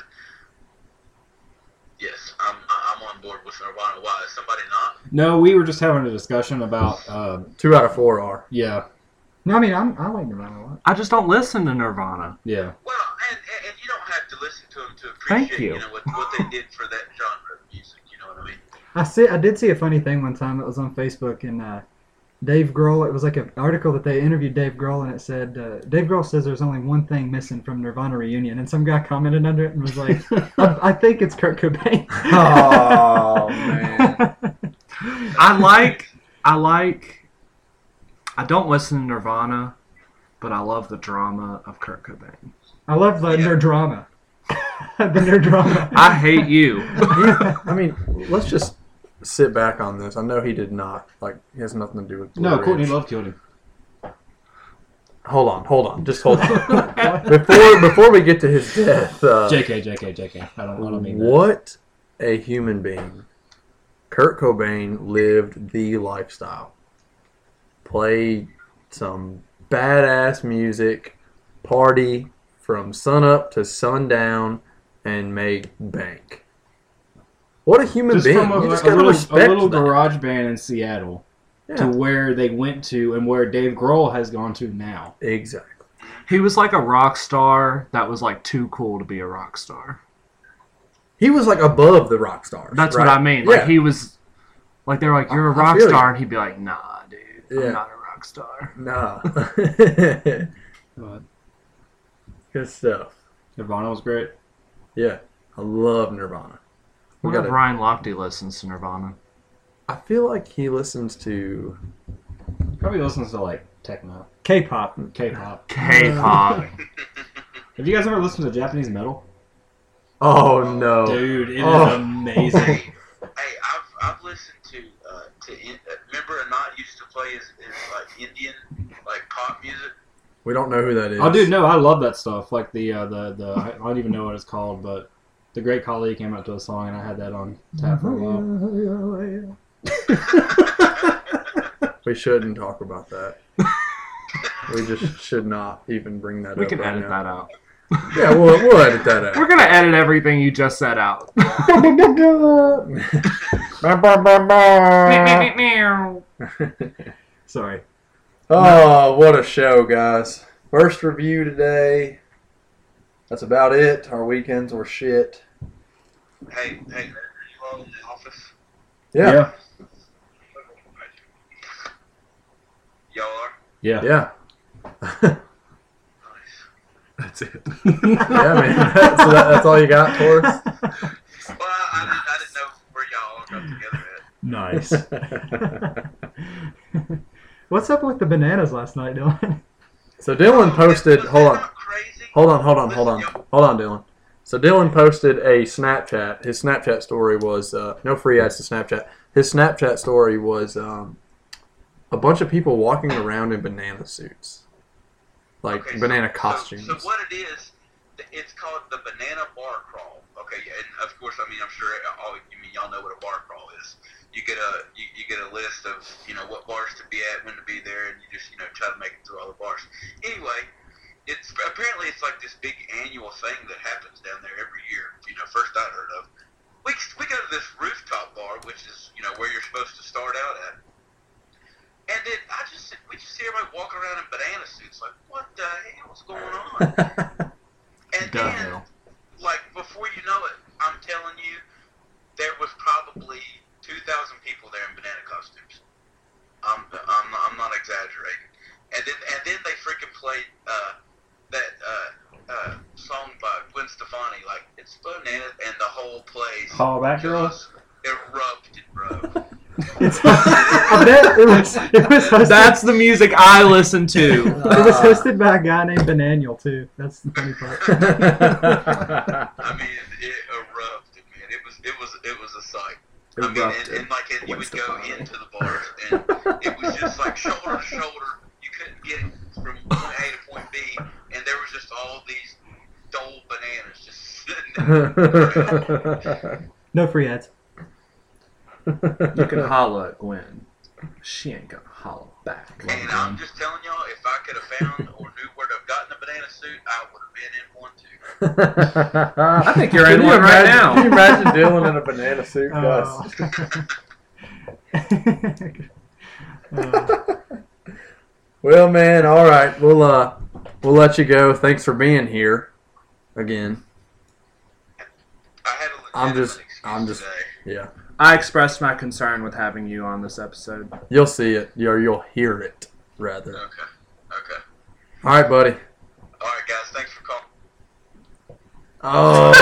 yes, I'm I'm on board with Nirvana. Why is somebody not?
No, we were just having a discussion about, uh,
Two out of four are.
yeah,
No, I mean I'm, I like Nirvana a lot.
I just don't listen to Nirvana.
yeah.
Well, and, and, and you don't have to listen to them to appreciate
Thank
you.
you.
know what, what they did for that genre of music. You know what I mean?
I see. I did see a funny thing one time that was on Facebook, and uh, Dave Grohl. It was like an article that they interviewed Dave Grohl, and it said uh, Dave Grohl says there's only one thing missing from Nirvana reunion, and some guy commented under it and was like, I, "I think it's Kurt Cobain."
Oh, man.
I like, I like, I don't listen to Nirvana, but I love the drama of Kurt Cobain.
I love the
Yeah.
nerd drama. the nerd drama.
I hate you.
I mean, let's just sit back on this. I know he did not. Like, he has nothing to do with Blue
No,
Ridge.
Courtney Love killed him.
Hold on, hold on, just hold on. before before we get to his death, uh,
JK, JK, JK. I don't, I don't mean that.
what a human being! Kurt Cobain lived the lifestyle. Played some badass music, party from sunup to sundown, and made bank. What a human
Just
being!
from a,
you just
a
gotta
little, a
respect
little
that.
garage band in Seattle to
Yeah,
where they went to and where Dave Grohl has gone to now.
exactly.
He was like a rock star that was like too cool to be a rock star.
He was like above the rock stars.
That's
right?
what I mean. Like
Yeah.
he was, like they're like you're a
I- I
rock
feel
star, and he'd be like, Nah, dude,
Yeah.
I'm not a rock star.
Nah.
But
Good stuff.
Nirvana was great.
Yeah. I love Nirvana. We
What if
gotta-
Ryan Lochte listens to Nirvana?
I feel like he listens to
Probably listens to like techno,
K-pop.
K-pop.
K-pop.
Have you guys ever listened to Japanese metal?
Oh no.
Dude, it is
Oh.
amazing.
Hey, I've, I've listened to uh, to in, uh, remember Anat used to play his, his like Indian like pop music.
We don't know who that is.
oh, dude, no, I love that stuff. Like the uh, the the I I don't even know what it's called, but the Great Khali came out to a song, and I had that on tap for a
Mm-hmm.
while.
We shouldn't talk about that. we just should not even bring that
we
up.
can
right
edit
now.
that out.
that. Yeah, we'll, we'll edit that out.
We're gonna edit everything you just said out.
Sorry.
oh, what a show, guys. First review today. That's about it. Our weekends were shit.
Hey, hey, are you all in the office?
Yeah. Yeah.
Y'all are
yeah,
nice.
That's it. yeah, man. so that, that's all you got for us?
Nice.
What's up with the bananas last night, Dylan?
So Dylan posted.
Was that
Hold on.
not Crazy?
Hold on, hold on, hold on, hold on, Dylan. So Dylan posted a Snapchat. His Snapchat story was uh, no free ads to Snapchat. His Snapchat story was um, a bunch of people walking around in banana suits, like
Okay, so-
banana
so-
costumes.
So, what it is, th- it's called the banana bar crawl. Okay, yeah, and of course, I mean, I'm sure all you mean y'all know what a bar crawl is. You get a you, you get a list of you know what bars to be at, when to be there, and you just you know try to make it through all the bars. Anyway, it's apparently it's like this big annual thing that happens down there every year. You know, first I heard of. We we go to this rooftop bar, which is you know where you're supposed to start out at. And then I just we just see everybody walking around in banana suits, like what the hell is going on? and
Duh,
then,
hell.
like before you know it, I'm telling you, there was probably two thousand people there in banana costumes. I'm I'm not, I'm not exaggerating. And then and then they freaking played uh, that uh, uh, song by Gwen Stefani, like it's bananas, and the whole place
Call back girls.
just erupted, bro.
It's, I bet it was it was hosted,
That's the music I listen to.
it was hosted by a guy named Bananiel too. That's the funny part.
I mean, it erupted, man. It was, it was, it was a sight. I mean, and,
Erupted.
and like, and you would
Winston
go
Finally.
into the bars, and it was just like shoulder to shoulder. You couldn't get from point A to point B, and there was just all these dull bananas just sitting there.
No free ads.
You can holla at Gwen. She ain't gonna holla back.
and
um,
I'm just telling y'all, if I could have found or knew where to have gotten a banana suit, I would have been in one too.
I think you're
Can
in
you
one right
imagine- Can
now.
you imagine Dylan in a banana suit?
Oh.
Gus?
Uh,
Well, man, all right. We'll uh, we'll let you go. Thanks for being here again.
I had a
I'm just-
legitimate excuse
I'm just-
today.
Yeah,
I expressed my concern with having you on this episode.
you'll see it. You're, you'll hear it rather.
Okay. Okay.
All right, buddy.
All right, guys. Thanks for calling.
Oh,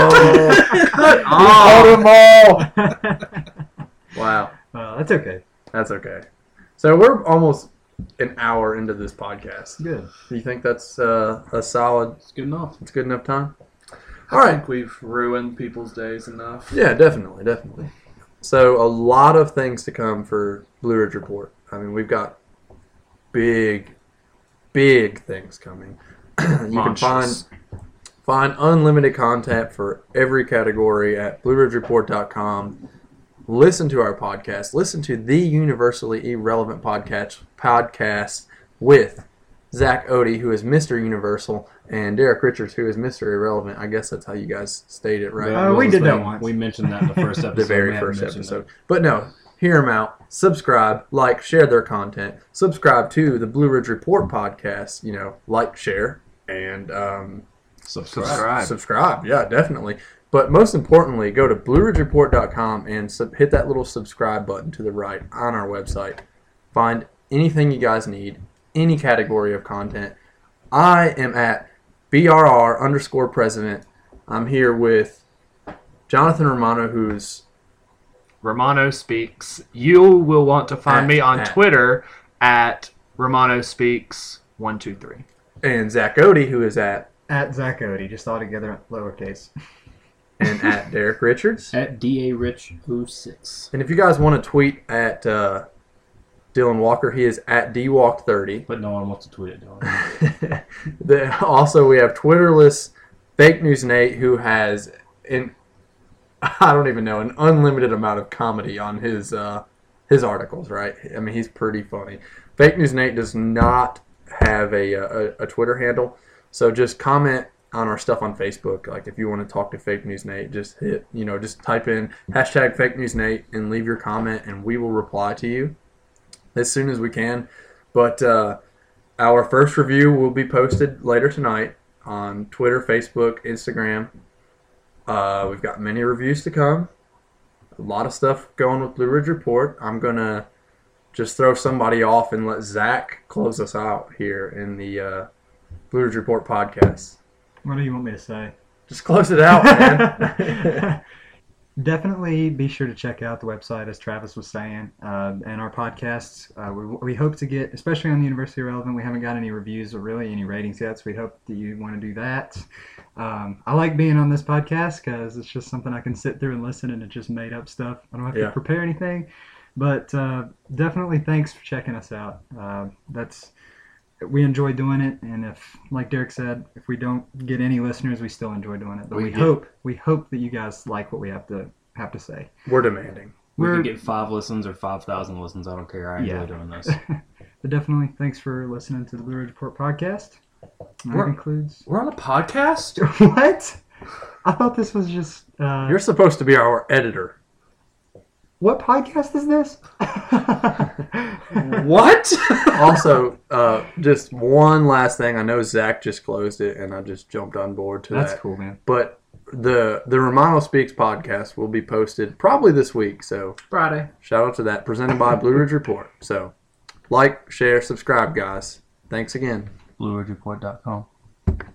Oh,
them all. Wow,
well, Uh, that's okay.
that's okay. So we're almost an hour into this podcast.
Good.
Do you think that's uh, a solid?
It's good enough.
It's good enough time. All
I
right.
think we've ruined people's days enough.
Yeah, definitely, definitely. So a lot of things to come for Blue Ridge Report. I mean, we've got big, big things coming. you can find
Monstrous.
find unlimited content for every category at BlueRidgeReport.com. Listen to our podcast. Listen to the universally irrelevant podcast podcast with Zach Odie, who is Mr. Universal, and Derek Richards, who is Mr. Irrelevant. I guess that's how you guys state it, right?
That
Uh, we
was
did
the
that
thing.
once.
We mentioned that in the first episode.
the
We
very
haven't
first
mentioned
episode. But no, hear them out. Subscribe, like, share their content. Subscribe to the Blue Ridge Report podcast. You know, like, share, and um,
that. Subscribe.
Subscribe.
subscribe. Yeah, definitely. But most importantly, go to blueridgereport.com and sub- hit that little subscribe button to the right on our website. Find anything you guys need, any category of content. I am at BRR underscore president. I'm here with Jonathan Romano, who's
Romano Speaks. You will want to find
At-
me on
at.
Twitter at Romano Speaks one two three.
and Zach Odie, who is at
At Zach Odie, just all together lowercase.
and at Derek Richards.
At DA Rich 06.
And if you guys want to tweet at uh, Dylan Walker, he is at dwalk30.
But no one wants to tweet it, dog.
The, also, we have Twitterless Fake News Nate, who has an I don't even know an unlimited amount of comedy on his uh, his articles. Right? I mean, he's pretty funny. Fake News Nate does not have a, uh, a a Twitter handle, so just comment on our stuff on Facebook. Like, if you want to talk to Fake News Nate, just hit you know just type in hashtag Fake News Nate and leave your comment, and we will reply to you as soon as we can. But uh, our first review will be posted later tonight on Twitter, Facebook, Instagram. Uh, we've got many reviews to come. A lot of stuff going with Blue Ridge Report. I'm gonna just throw somebody off and let Zach close us out here in the uh, Blue Ridge Report podcast.
What do you want me to say?
Just close it out, man.
definitely be sure to check out the website, as Travis was saying, uh, and our podcasts. Uh, we, we hope to get, especially on the University of Relevant, we haven't got any reviews or really any ratings yet, so we hope that you want to do that. Um, I like being on this podcast because it's just something I can sit through and listen, and it's just made up stuff. I don't have
Yeah.
to prepare anything. But uh, definitely thanks for checking us out. Uh, that's we enjoy doing it, and if, like Derek said, if we don't get any listeners, we still enjoy doing it. But we,
We get-
hope we hope that you guys like what we have to have to say.
We're demanding.
We
We're-
can get five listens or five thousand listens. I don't care. I enjoy
Yeah.
doing this.
But definitely, thanks for listening to the Blue Ridge Report podcast. And that
We're-
includes
We're on a podcast?
what? I thought this was just uh,
You're supposed to be our editor.
what podcast is this?
what?
Also, uh, just one last thing. I know Zach just closed it, and I just jumped on board to
That's
that.
cool, man.
But the the Romano Speaks podcast will be posted probably this week. So
Friday.
shout out to that, presented by Blue Ridge Report. So like, share, subscribe, guys. Thanks again.
BlueRidgeReport.com.